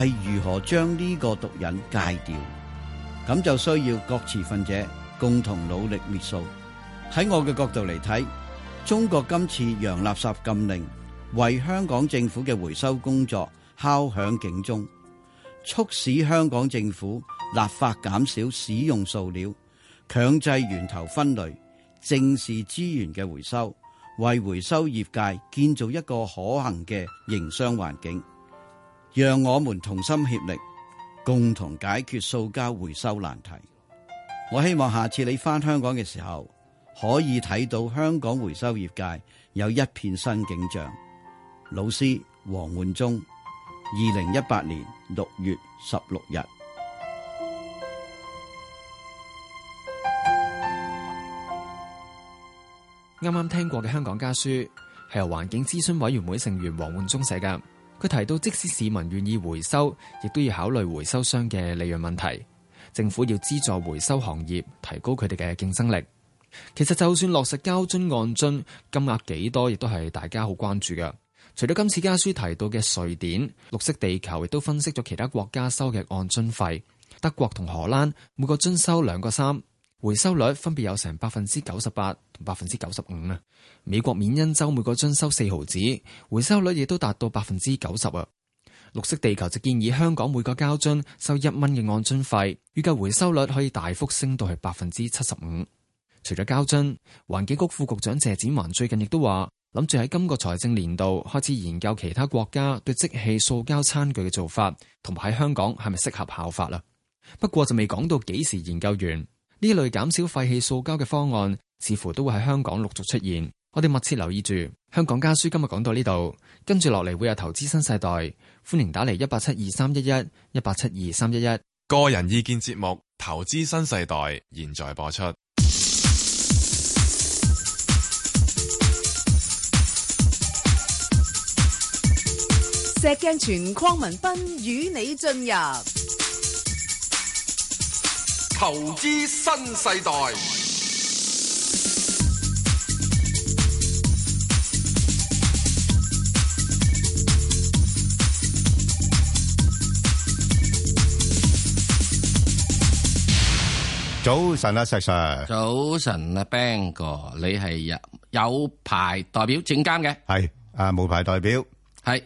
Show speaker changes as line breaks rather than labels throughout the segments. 係如何將呢個毒癮戒掉？咁就需要各持份者共同努力滅數。喺我嘅角度嚟睇，中國今次洋垃圾禁令為香港政府嘅回收工作敲響警鐘，促使香港政府立法減少使用塑料，強制源頭分類，正視資源嘅回收，為回收業界建造一個可行嘅營商環境。讓我們同心協力，共同解決塑膠回收難題。我希望下次你返香港嘅時候，可以睇到香港回收業界有一片新景象。老師黃煥忠，二零一八年六月十六日。
啱啱聽過嘅《香港家書》係由環境諮詢委員會成員黃煥忠寫㗎。佢提到，即使市民願意回收，亦都要考慮回收商嘅利潤問題。政府要資助回收行業，提高佢哋嘅競爭力。其實就算落實膠樽按樽，金額幾多，亦都係大家好關注嘅。除咗今次家書提到嘅瑞典綠惜地球，亦都分析咗其他國家收嘅按樽費。德國同荷蘭每個樽收兩個三，回收率分別有成百分之九十八同百分之九十五啊。美國緬因州每個樽收四毫子，回收率亦都達到百分之九十啊。綠惜地球就建議香港每個膠樽收一蚊嘅按樽費，預計回收率可以大幅升到去百分之七十五。除咗膠樽，環境局副局長謝展寰最近亦都話，諗住喺今個財政年度開始研究其他國家對即棄塑膠餐具嘅做法，同埋喺香港係咪適合效法啦。不過就未講到幾時研究完呢類減少廢棄塑膠嘅方案，似乎都會喺香港陸續出現。我哋密切留意住香港家書，今日講到呢度，跟住落嚟會有投資新世代，歡迎打嚟一八七二三一一一八七二三一一。
個人意見節目《投資新世代》現在播出。
石鏡泉鄺民彬與你進入
投資新世代。
早晨啊，石 Sir，
早晨啊，Bang 哥，你係有有牌代表證監嘅？
係啊，無牌代表
係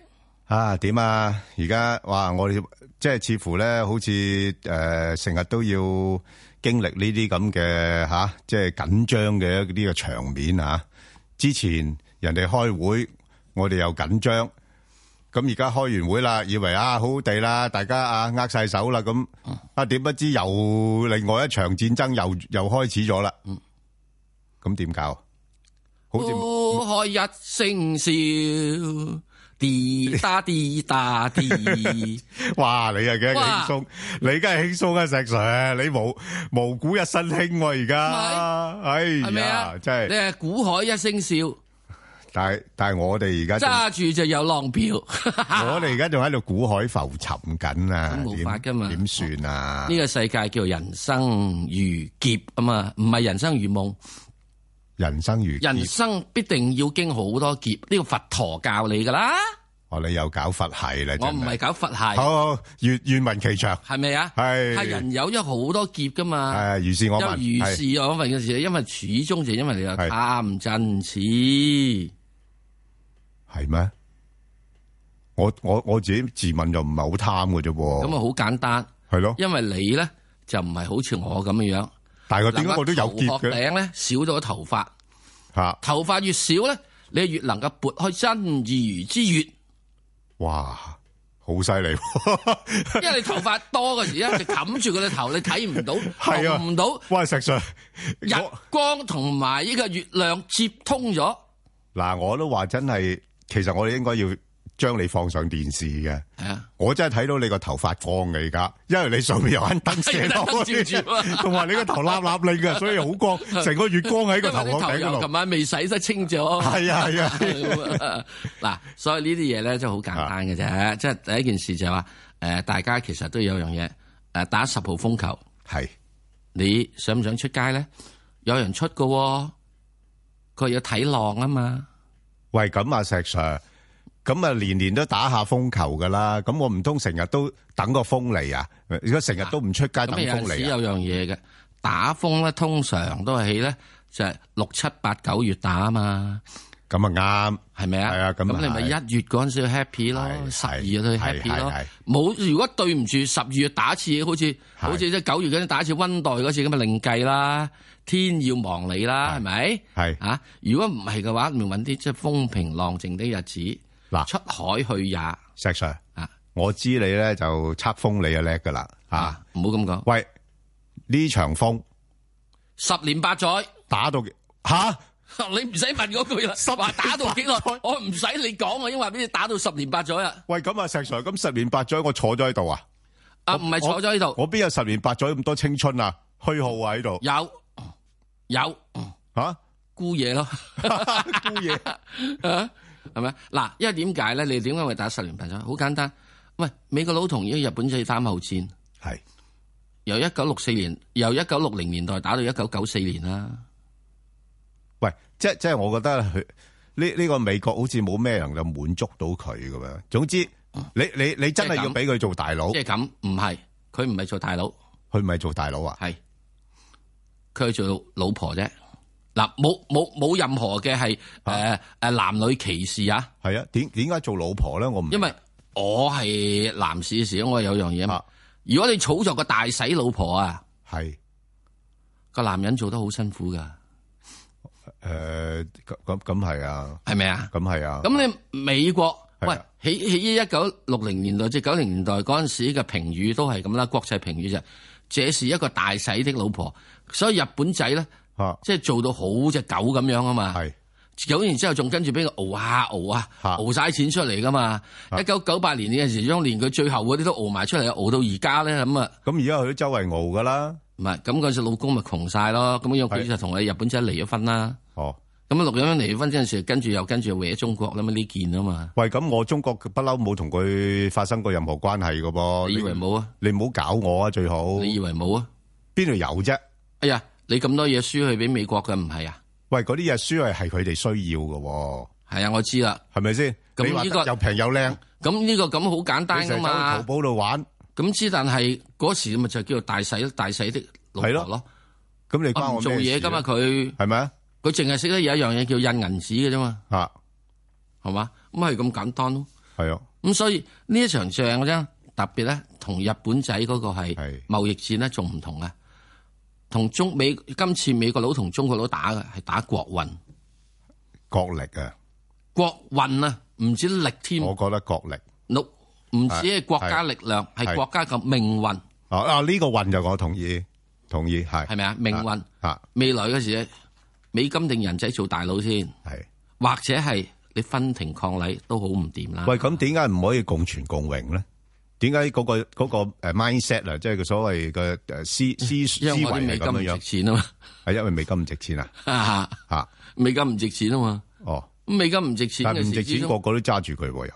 啊，點啊？而家哇，我哋即係似乎咧，好似誒成日都要經歷呢啲咁嘅吓，即係緊張嘅呢個場面啊。之前人哋開會，我哋又緊張，咁而家開完會啦，以為啊好好地啦，大家啊握晒手啦，咁啊點不知又另外一場戰爭又又開始咗啦。咁點搞？好似
高開一聲笑，滴答滴答 滴，
哇！你啊，梗係輕
哇
鬆，你梗係輕鬆啊，石 Sir，你無無股一身輕喎，而家，哎
係咪啊
呀，？真
你
係，
係股海一聲笑，
但係但係我哋而家
揸住就有 浪票。
仲，我哋而家仲喺度股海浮沉緊啊，
咁冇
點
法㗎嘛
點算啊
呢？個世界叫人生如劫啊嘛，唔係人生如夢，
人生如
人
劫，
生必定要經好多劫。呢個佛陀教你噶啦，
哦，你又搞佛系啦，
我
真
唔係
係，
搞佛系，
好好，願願聞其詳，
係咪啊？
係
係人有咗好多劫噶嘛。
係如是我
有
聞，
如
係
是我份嘅事，因為始終就因為你有啊
係
貪嗔痴，
係咩？我我我自己自問就唔係好貪嘅啫
咁
喎，
啊好簡單。
係咯，
因為你咧就唔係好似我咁樣樣，
但係點解我都有
嗱
劫
頭殼
嘅
頂咧少咗頭髮，
嚇？
頭髮越少咧，你越能夠撥開真如之月，
哇，好犀利喎！
因為你頭髮多嘅時咧，就冚住佢個頭，你睇唔到，
係啊
望唔到
喂，石 Sir，
日
我
光同埋呢個月亮接通咗，
嗱，我都話真係，其實我哋應該要將你放上電視嘅。
係啊。
我真係睇到你個頭發光嘅而家，因為你上面有盞 燈射落
係燈照住
去，
啊
同埋你個頭立立 令嘅，所以好光，成個月光喺
因為
個頭殼
啲頭
頂
油
嗰
琴
度。
晚未洗得清咗，
係啊係啊啊
咁啊 嗱，所以呢啲嘢咧真係好簡單嘅啫，即係第一件事就係話，誒大家其實都有樣嘢，誒打十號風球，
係
你想唔想出街咧？有人出㗎喎，佢要睇浪啊嘛，
喂，咁啊，石 Sir，咁啊年年都打下風球噶啦，咁我唔通成日都等個風嚟啊？如果成日都唔出街等
咁有
風
陣時
嚟啊？
有樣嘢嘅打風咧，通常都係起咧就係六七八九月打啊嘛，
咁啊啱。
係咪啊？
係啊咁啊
咁你咪
係
一月嗰陣時去 happy 咯，
係
十二
係
月去
係
happy 咯
係係。
冇如果對唔住十二月打一次，好似好似即係九月嗰陣打一次温黛嗰次咁咪另計啦。天要亡你啦，係咪？
係
啊，如果唔係嘅話，咪揾啲即係風平浪靜的日子，
嗱
出海去也啊！
石 Sir，
啊
我知你咧就測風你啊叻噶啦啊！
唔好咁講，
喂，呢場風
十年八載。
打到吓，
你唔使問嗰句啦，話打到幾耐，我唔使你講，我已經話俾你打到十年八載啦。
喂咁啊石 Sir，咁十年八載我坐咗喺度啊，
啊，唔係坐咗喺度，
我邊有十年八載咁多青春啊？虛耗啊喺度
有有
吓，
姑嘢咯，
姑嘢
啊係咪？嗱，因為點解咧？你點解會打十年八載？好簡單，喂，美國佬同呢個日本仔打後戰，
係
由一九六四年，由一九六零年代打到一九九四年啦。
喂，即即係我覺得佢呢呢個美國好似冇咩人就滿足到佢咁樣。總之，你你你真係要俾佢做大佬，
即係
佢
咁，唔係佢唔係做大佬，
唔係做大佬啊？
係佢係做老婆啫。嗱，冇冇冇任何嘅係誒誒男女歧視啊！
係啊，點點解做老婆咧？我唔
因為我係男士嘅時候，我有樣嘢嘛
啊。
如果你炒作個大洗老婆啊，
係
個男人做得好辛苦噶，
誒呃咁咁咁係啊，
係咪啊？
咁係啊，
咁你美國
係
喂
啊
喺喺一九六零年代至九零年代嗰陣時嘅評語都係咁啦，國際評語就係這是一個大洗的老婆，所以日本仔咧
嚇
即係做到好只狗咁樣啊嘛。
啊係
九年之後仲跟住俾佢熬下熬啊，
嚇
熬晒錢出嚟噶嘛。
嚇
一九九八年嘅時，將連佢最後嗰啲都熬埋出嚟，熬到而家咧咁啊。
咁而家佢都周圍熬噶啦，
唔係，咁嗰陣時老公咪窮晒咯，咁樣佢
係
就同你日本仔離咗婚啦。
哦。
咁啊，陸永離咗婚嗰陣時，跟住又跟住搲中國啦嘛，呢件啊嘛，
喂，咁我中國不嬲冇同佢發生過任何關係噶噃，
你以為冇啊？
你唔好搞我啊，最好
你以為冇啊？
邊度有啫？
哎呀，你咁多嘢輸去俾美國嘅，唔係啊？
喂，嗰啲嘢輸係係佢哋需要噶喎，
係啊，我知啦。
係咪先？
咁
你話
呢個
又平又靚，
咁呢個咁好簡單
你
噶
成日走去淘
嘛。
寶度玩，
咁之但係嗰時咪就叫做大洗大洗的老婆
係咯
咯，
咁你
啊
關
唔
我
做
咩
嘢
事
噶嘛
啊？
佢，
係咪啊？
佢淨係識得有一樣嘢叫印銀紙嘅啫嘛，
吓，
係嘛？咁係咁簡單咯。
係啊，
咁所以呢一場仗咧，特別咧同日本仔嗰個係
係
貿易戰咧，仲唔同啊？同中美今次美國佬同中國佬打嘅係打國運，
角力啊，
國運啊，唔止力添，
我覺得角力。
六唔止係國家力量，係
係
國家嘅命運，
啊啊，呢個運就我同意，同意係
係咪啊？命運
啊，
未來嗰時，美金定人仔做大佬先，
係。
或者係你分庭抗禮都好唔掂啦。
喂，咁點解唔可以共存共榮咧？點解嗰個嗰個誒 mindset 啊，即係佢所謂嘅誒思思思
因為
維
我
係
啲美
咁
金唔
樣
值
樣？
錢啊
係因為美金唔值錢啊？
嘛，
吓
美金唔值錢啊嘛，
哦，
咁美金唔值錢
但
嘅
係唔值
時之
錢，
中
個個都揸住佢喎又。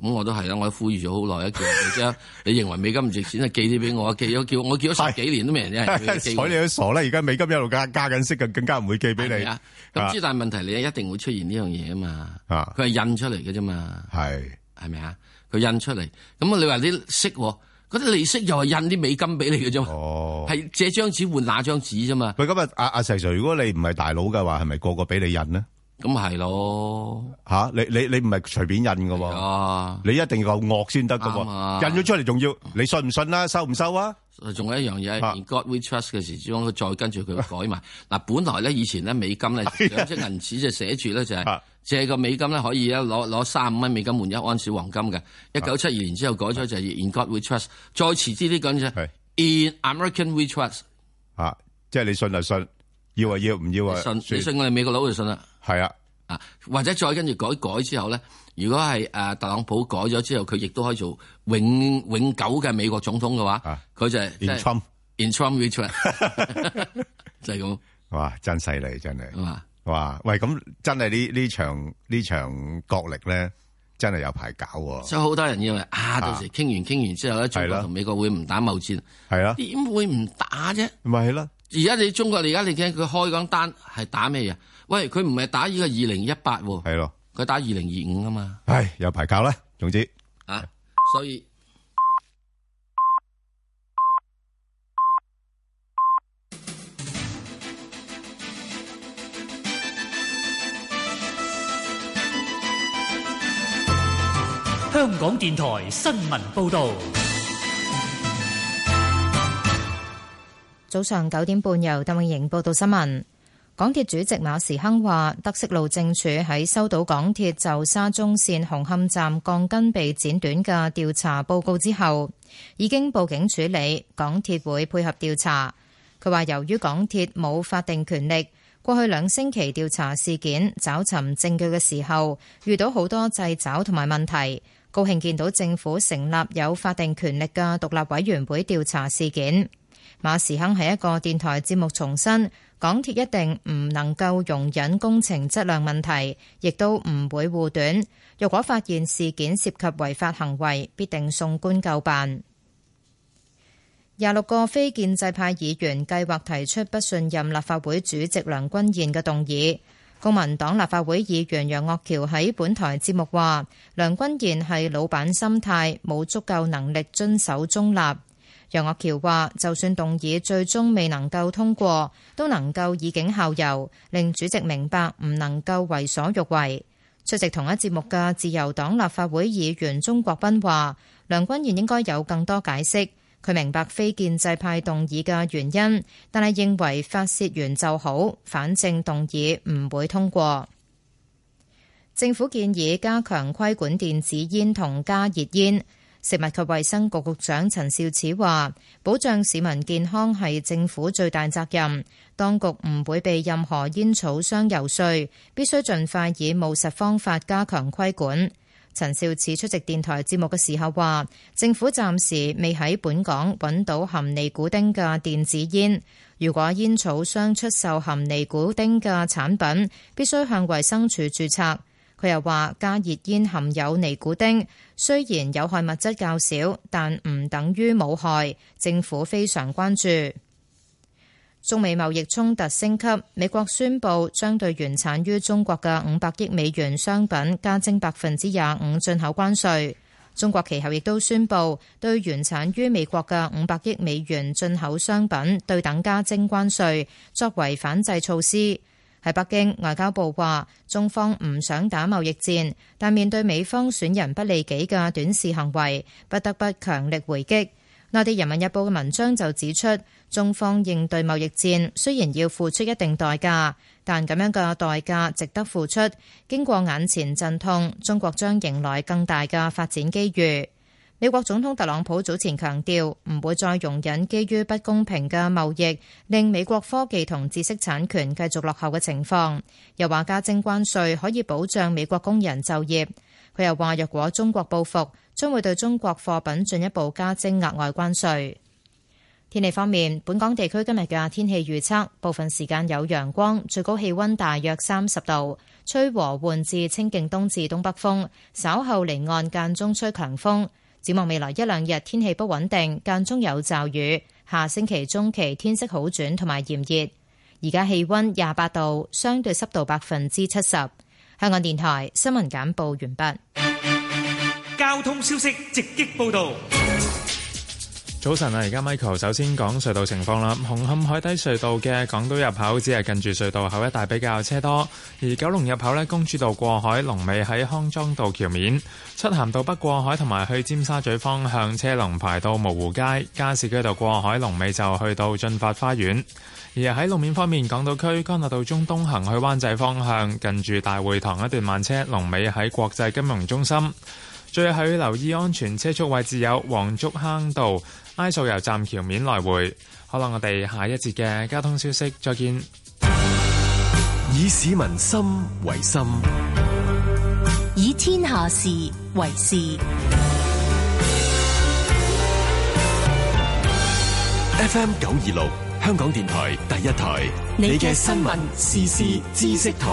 咁我都係啦，我都呼籲咗好耐一叫人哋啫。你認為美金唔值錢就寄啲俾我，寄咗叫我叫咗十幾年 都未人有人寄
睬你都傻啦！而家美金一路加加緊息，更更加唔會寄俾你
啊！咁之但係問題你一定會出現呢樣嘢啊嘛，
啊！
佢係印出嚟嘅啫嘛，
係
係咪啊？佢印出嚟，咁你話啲息喎，嗰啲利息又係印啲美金俾你嘅啫嘛，
哦。
係借張紙換那張紙啫嘛，
喂，咁啊，阿阿石 Sir，如果你唔係大佬嘅話，係咪個個俾你印咧？
咁係咯，
吓，你你你唔係隨便印嘅喎。
啊，
你一定要夠惡先得噶
啱啊
喎，印咗出嚟仲要你信唔信啦，收唔收啊？
仲有一樣嘢
啊
，in God We Trust 嘅時之中，佢再跟住佢改 埋嗱。本來咧以前咧美金咧兩隻銀紙就寫住咧就係
哎啊
借個美金咧可以咧攞攞三五蚊美金換一安士黃金
啊
嘅。一九七二年之後改咗就係 In God We Trust，再遲啲啲講就係
係
In American We Trust。
啊，即係你信就信，要啊要，唔要啊
你信你
算
信我哋美國佬就信啦
係啊，
啊，或者再跟住改改之後咧，如果係誒特朗普改咗之後，佢亦都可以做永永久嘅美國總統嘅話
啊，
佢就係即
連
係
侵，
In Trump We Trust，就係咁
哇，真犀利真係，
係嘛？
哇，喂，咁真係呢呢場呢場角力咧，真係有排搞喎，
所以好多人以為啊，到時傾完傾完之後咧，中
係
國
啦
同美國會唔打貿戰？
係啦，
點會唔打啫？
咪係啦，
而家你中國，而家你睇佢開嗰單係打咩嘢？喂，佢唔係打呢個二零一八喎，
係咯，
佢打二零二五啊嘛，
唉，有排搞啦。總之，
啊，所以
香港電台新聞報導，
早上九點半，由鄧永瑩報道新聞。港鐵主席馬時亨話：德式路政署喺收到港鐵就沙中線紅磡站鋼筋被剪短嘅調查報告之後，已經報警處理，港鐵會配合調查。佢話由於港鐵冇法定權力，過去兩星期調查事件、找尋證據嘅時候，遇到好多掣肘同埋問題。高興見到政府成立有法定權力嘅獨立委員會調查事件。馬時亨喺一個電台節目重申，港鐵一定唔能夠容忍工程質量問題，亦都唔會護短。若果發現事件涉及違法行為，必定送官究辦。廿六個非建制派議員計劃提出不信任立法會主席梁君彥嘅動議。公民黨立法會議員楊岳橋喺本台節目話：梁君彥係老闆心態，冇足夠能力遵守中立。楊岳橋話：就算動議最終未能夠通過，都能夠以儆效尤，令主席明白唔能夠為所欲為。出席同一節目嘅自由黨立法會議員鍾國斌話：梁君彥應該有更多解釋。佢明白非建制派動議嘅原因，但係認為發泄完就好，反正動議唔會通過。政府建議加強規管電子煙同加熱煙。食物及衛生局局長陳肇始話：保障市民健康係政府最大責任，當局唔會被任何煙草商遊說，必須盡快以務實方法加強規管。陳肇始出席電台節目嘅時候話：政府暫時未喺本港揾到含尼古丁嘅電子煙，如果煙草商出售含尼古丁嘅產品，必須向衛生署註冊。佢又話：加熱煙含有尼古丁，雖然有害物質較少，但唔等於冇害，政府非常關注。中美貿易衝突升級，美國宣布將對原產於中國嘅五百億美元商品加徵百分之廿五進口關稅。中國其後亦都宣布對原產於美國嘅五百億美元進口商品對等加徵關稅，作為反制措施。喺北京，外交部話中方唔想打貿易戰，但面對美方損人不利己嘅短視行為，不得不強力回擊。內地《人民日報》嘅文章就指出，中方應對貿易戰雖然要付出一定代價，但咁樣嘅代價值得付出。經過眼前陣痛，中國將迎來更大嘅發展機遇。美國總統特朗普早前強調，唔會再容忍基於不公平嘅貿易令美國科技同知識產權繼續落後嘅情況，又話加徵關稅可以保障美國工人就業。佢又話，若果中國報復，將會對中國貨品進一步加徵額外關稅。天氣方面，本港地區今日嘅天氣預測，部分時間有陽光，最高氣溫大約三十度，吹和緩至清勁東至東北風，稍後離岸間中吹強風。展望未來一兩日天氣不穩定，間中有驟雨。下星期中期天色好轉同埋炎熱。而家氣溫廿八度，相對濕度百分之七十。香港電台新聞簡報完
畢。交通消息直擊報道。
早晨啊，而家 Michael 首先講隧道情況啦。紅磡海底隧道嘅港島入口只係近住隧道口一帶比較車多，而九龍入口呢，公主道過海龍尾喺康莊道橋面，漆咸道北過海同埋去尖沙咀方向車龍排到蕪湖街，加士居道過海龍尾就去到駿發花園。而喺路面方面，港島區干諾道中東行去灣仔方向，近住大會堂一段慢車，龍尾喺國際金融中心。最後要留意安全車速位置有黃竹坑道、埃索油站橋面來回。好啦，我哋下一節嘅交通消息再見。
以市民心為心，
以天下事為事。
FM 九二六。香港電台第一台，你嘅新聞時事知識台。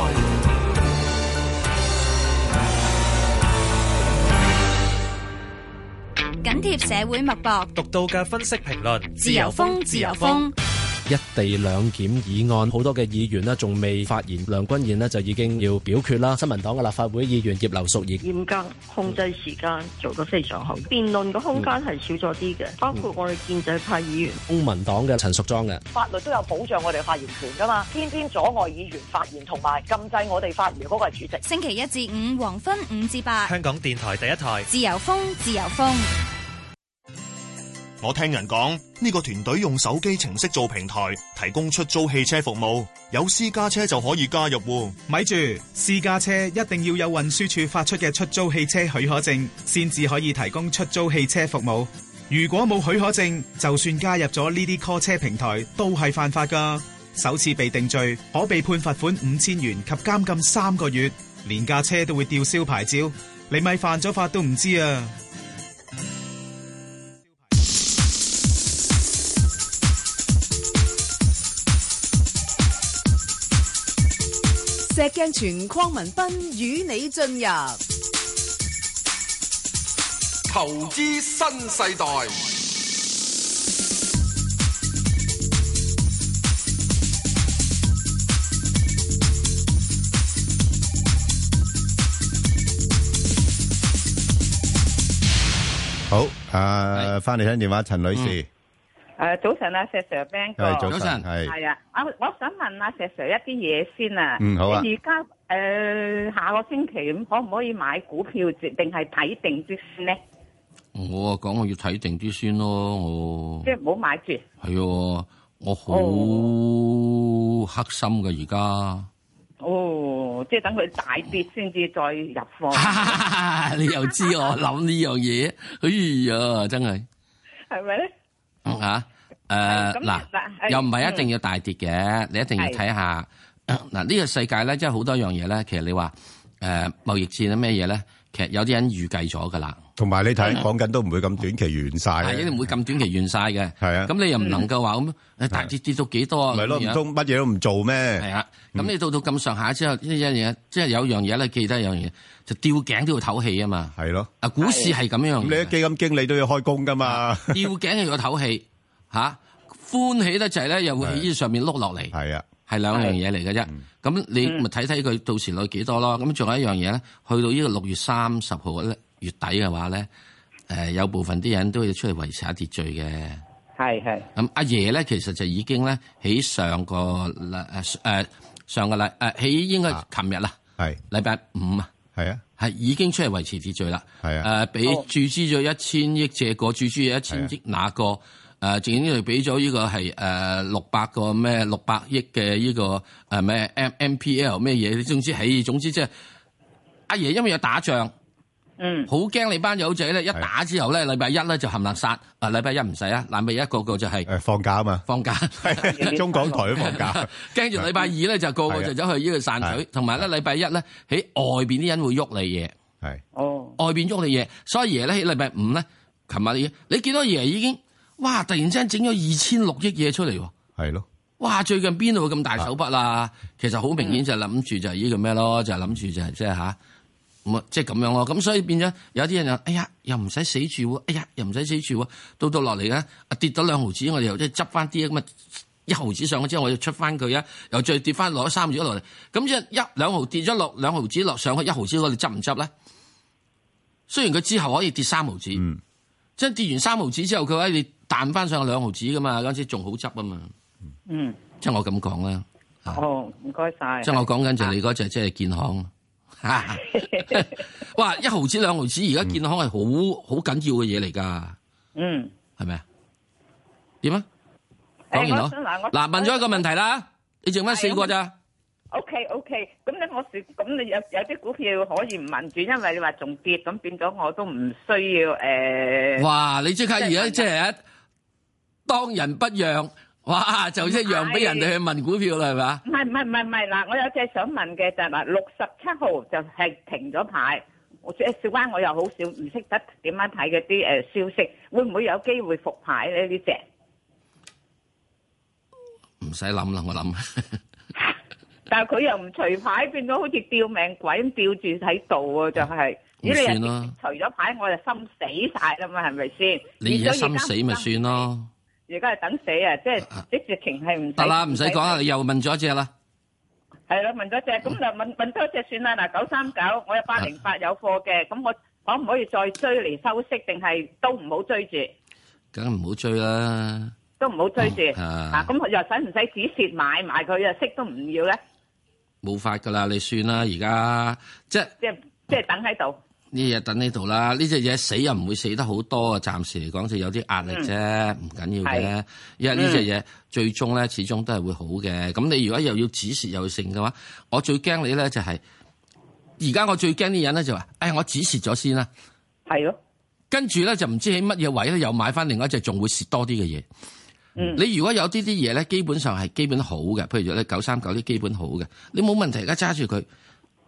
緊貼社會脈搏，
獨到嘅分析評論，
自由風，自由風。一地兩檢議案，好多嘅議員呢仲未發言，梁君彥呢就已經要表決啦。新民黨嘅立法會議員葉劉淑儀，
嚴格控制時間做得非常好，辯論嘅空間係少咗啲嘅，包括我哋建制派議員。
公民黨嘅陳淑莊嘅。
法律都有保障我哋發言權噶嘛，偏偏阻礙議員發言同埋禁制我哋發言嗰個係主席。
星期一至五黃昏五至八，
香港電台第一台，
自由風，自由風。
我聽人講，呢個團隊用手機程式做平台，提供出租汽車服務，有私家車就可以加入喎。
咪住，私家車一定要有運輸署發出嘅出租汽車許可證，先至可以提供出租汽車服務。如果冇許可證，就算加入咗呢啲 call 車平台，都係犯法㗎。首次被定罪，可被判罰款五千元及監禁三個月，連架車都會吊銷牌照。你咪犯咗法都唔知啊！
石鏡泉鄺民彬與你進入
投資新世代，
好，啊，翻嚟聽電話，陳女士，
誒，早晨啊，石 Sir、Ben 哥，
係早晨早晨係
係啊，我我想問阿石 Sir 一啲嘢先啊。
嗯好啊
你而家誒下個星期咁可唔可以買股票，定定係睇定啲先咧？
我啊講我要睇定啲先咯，我
即係唔好買住。
係哦喎，我好黑心嘅而家。
哦，即係等佢大跌先至再入 貨，
啊！你又知我諗呢樣嘢，哎呀，真係
係咪咧？
嚇
係
誒
咁
嗱
嗱，
哦又唔係一定要大跌嘅，你一定要睇下 嗱呢個世界咧，即係好多樣嘢咧。其實你話誒貿易戰啊咩嘢咧，其實有啲人預計咗㗎啦。嗯
同埋你睇講緊都唔會咁短期完晒
係一定唔會咁短期完晒嘅。
係啊，嗯
咁你又唔能夠話咁誒大跌跌到幾多啊？
咪咯，
咁樣
唔通乜嘢都唔做咩？嗯係
啊，咁你到到咁上下之後，呢一樣嘢，即係有樣嘢咧，記得有樣嘢，就吊頸都要唞氣啊嘛。
係咯，
啊股市係咁樣。
咁你啲基金經理都要開工噶嘛？
吊頸又要唞氣吓，歡喜得滯咧，又會喺上面碌落嚟。
係啊，嗯
係兩樣嘢嚟嘅啫。咁你咪睇睇佢到時率幾多咯。咁仲有一樣嘢咧，去到呢個六月三十號咧月底嘅話咧，誒有部分啲人都要出嚟維持下秩序嘅。
係係
咁阿爺咧，其實就已經咧喺上個禮誒誒上個禮誒喺應該琴日啦，
啊係
禮拜五啊，
係啊，
係已經出嚟維持秩序啦，
係
啊，誒俾注資咗一千億借個，注資咗一千億
啊
那個，誒正正就俾咗呢個係誒六百個咩六百億嘅呢個誒咩 M M P L 咩嘢，總之係總之即係阿爺因為有打仗。
嗯，
好驚你班友仔咧，一打之後咧，禮拜一咧就冚唪唥殺，啊禮拜一唔使啊，禮拜一個個就係
誒放假啊嘛，
放假，
中港台都放假，
跟住禮拜二咧就個個就走去呢個散水，同埋咧禮拜一咧喺外邊啲人會喐你嘢，
係
哦，
外邊喐你嘢，所以爺咧喺禮拜五咧，琴日你你見到爺已經，哇突然之間整咗二千六億嘢出嚟喎。
係咯，
哇！最近邊度會咁大手筆啊？其實好明顯
嗯
就係諗住就係呢個咩咯，就係諗住就係即係吓，咁啊即係咁樣咯。咁所以變咗有啲人就哎呀，又唔使死住喎，哎呀，又唔使死住喎。到到落嚟咧，啊跌咗兩毫子，我哋又即係執翻啲咁啊一毫子上去之後，我哋出翻佢啊，又再跌翻落咗三毫子落嚟。咁即係一兩毫跌咗落兩毫子落上去一毫子嗰度，你執唔執咧？雖然佢之後可以跌三毫子，即係跌完三毫子之後，佢可以彈翻上去兩毫子噶嘛，嗰陣時仲好執啊嘛。
嗯，
即係我咁講啦，
哦，唔該晒。
即係我講緊就
啊
係你嗰隻即係建 行， 哇一毫子兩毫子，而家建行係好好緊要嘅嘢嚟㗎，
嗯，
係咪啊？點啊？
誒
講完
我想嗱
咯
我，
嗱問咗一個問題啦，你剩翻四個咋？
O K O K，咁咧我是咁你有有啲股票可以唔問住，因為你話仲跌，咁變咗我都唔需要誒。
哇！你即刻而家即
啊
係一當仁不讓，哇！就即係讓俾人哋去問股票啦，係咪啊？
唔係唔係唔係唔係嗱，我有隻想問嘅就係話六十七號就係停咗牌，我即係小關我又好少唔識得點樣睇嗰啲誒消息，會唔會有機會復牌咧？呢只
唔使諗啦，我 諗。
但係佢又唔除牌，變咗好似吊命鬼咁吊住喺度啊！就係、
咁
咦
算
你又
啦
除咗牌，我就心死晒啦嘛，係咪先？
你而家心死咪算咯。
而家係等死啊！即係即直情係唔
得啦，唔使講啦，你又問咗一隻啦。
係啦，問咗隻，咁就問問多隻算啦。嗱，九三九，我有八零八有貨嘅，咁我可唔可以再追嚟收息，定係都唔好追住，
梗唔好追啦。
都唔好追住。
啊
嗱，咁又使唔使止蝕買埋佢啊？息都唔要咧，
冇法噶啦，你算啦，而家即係
即係即係等喺度。
呢嘢等呢度啦，呢只嘢死又唔會死得好多啊！暫時嚟講就有啲壓力啫，唔緊要嘅
嗯係，
因為呢只嘢最終咧始終都係會好嘅。咁你如果又要止蝕又剩嘅話，我最驚你咧就係而家我最驚啲人咧就話，哎，我止蝕咗先啦，
係咯，
跟住咧就唔知喺乜嘢位咧又買翻另外一隻仲會蝕多啲嘅嘢。
嗯
你如果有啲啲嘢咧，基本上係基本好嘅，譬如咧九三九啲基本好嘅，你冇問題，而家揸住佢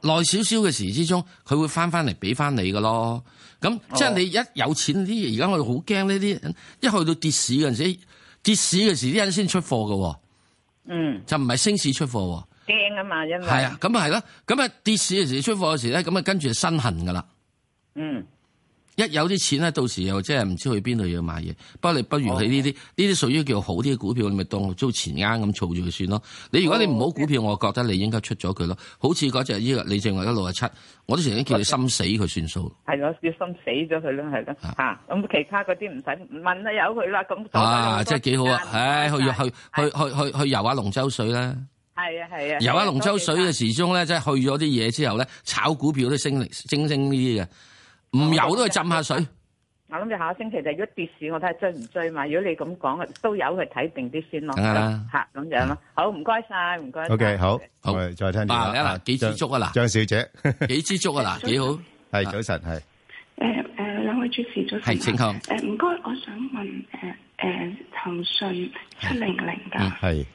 耐少少嘅時之中，佢會翻翻嚟俾翻你嘅咯。咁即係你一有錢呢啲，而家我哋好驚呢啲人，一去到跌市嗰陣時，跌市嘅時啲人先出貨嘅喎，
嗯，
就唔係升市出貨喎。
驚啊嘛，因為
係啊，，咁啊係啦，咁啊跌市嘅時出貨嘅時咧，咁啊跟住就身痕噶啦。
嗯，
一有啲錢咧，到時又即係唔知去邊度要買嘢。不過你不如喺呢啲呢啲屬於叫好啲嘅股票，你咪當做錢啱咁儲住佢算咯。你如果你唔好股票，我覺得你應該出咗佢咯。好似嗰只呢個李正話一六啊七，我都成日叫你心死佢算數。
係咯，要心死咗佢咯，係咯，嚇，咁其他嗰啲唔使問啦，由佢啦，咁所謂
啊，
咁多
真係幾好啊！唉，去去去去去去游下龍舟水啦，
係啊係啊，
游下龍舟水嘅時鐘咧，即係去咗啲嘢之後咧，炒股票都升力升升呢啲嘅，唔游都去浸下水。
我諗住下個星期就如果跌市，我睇下追唔追嘛。如果你咁講，都有去睇定啲先咯。
梗係啦
嚇咁樣咯。好，唔該晒，唔該晒。
嗯 OK，好，我哋再聽電話
嗱，你啊嗱，幾支竹啊嗱，
張小姐，
幾支竹啊嗱，幾好。
係早晨，係
誒誒，兩位主持早晨。啊
係請講
誒唔該，我想問誒誒騰訊七零零
嗯
㗎，
係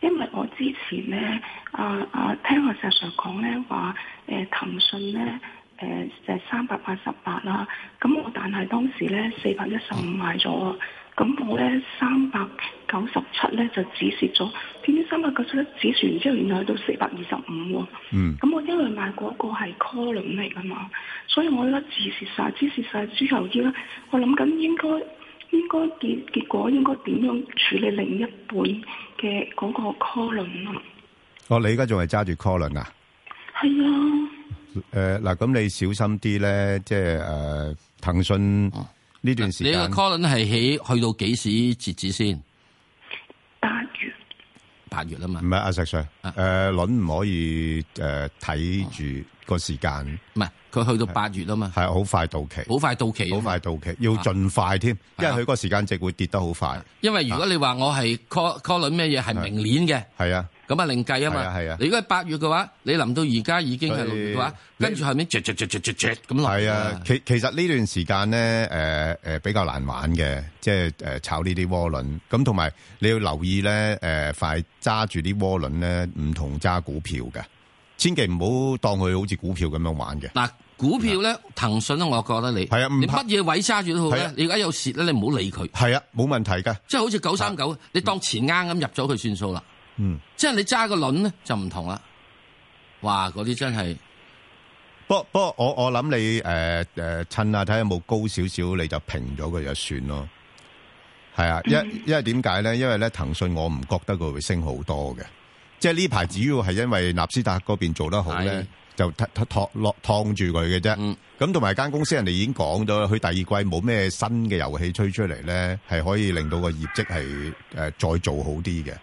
因為我之前咧啊啊聽阿石 Sir 講咧話誒騰訊咧誒就三百八十八啦，咁我但係當時咧四百一十五買咗啊，咁我咧三百九十七咧就止蝕咗，點知三百九十七止蝕完之後，原來去到四百二十五喎。
嗯
咁我因為買嗰個係 call 輪嚟噶嘛，所以我依家自蝕晒，自蝕晒之後依家我諗緊應該應該結結果應該點樣處理另一半嘅嗰個 call 輪啊？
哦，你而家仲係揸住 Colin 啊？
係啊，
诶，嗱，咁你小心啲咧，即係诶，腾讯呢段時
你個
間
call 輪係起去到幾時截止先？八月啊嘛，啊
唔係阿石 Sir，诶，轮唔可以诶睇住個時間，
哦唔係佢去到八月啊嘛，
係好快到期，
好快到期，啊
好快到期，要盡快添，因為佢個時間值會跌得好快。
因為如果你話我係 call call 輪咩嘢係明年嘅，
係啊，
咁啊另計
係
啊
啊
嘛。
係啊
你如果係八月嘅話，你臨到而家已經係
所以
六月嘅話，跟住後面咁落嚟
係啊，其其實呢段時間咧，誒、誒比較難玩嘅，即係誒、炒呢啲窩輪。咁同埋你要留意咧，誒、快揸住啲窩輪咧，唔同揸股票嘅，千祈唔好當佢好似股票咁樣玩嘅。
嗱，股票咧，騰訊咧，我覺得你係
啊，
你乜嘢位揸住都
係
好咧
啊，
你而家有蝕咧，你唔好理佢。
係啊，冇問題嘅。
即係好似九三九，你當前啱咁入咗佢算數啦。
嗯，
即係你揸個輪咧就唔同啦。哇，嗰啲真係〜
不不過我我諗你誒誒、趁下睇下有冇高少少，你就平咗佢就算咯。係啊，因
嗯
因為點解咧？因為咧騰訊我唔覺得佢會升好多嘅，即係呢排主要係因為納斯達克嗰邊做得好咧
係，嗯
就托托落燙住佢嘅啫。咁同埋間公司人哋已經講咗啦，佢第二季冇咩新嘅遊戲推出嚟咧，係可以令到個業績係誒、再做好啲嘅。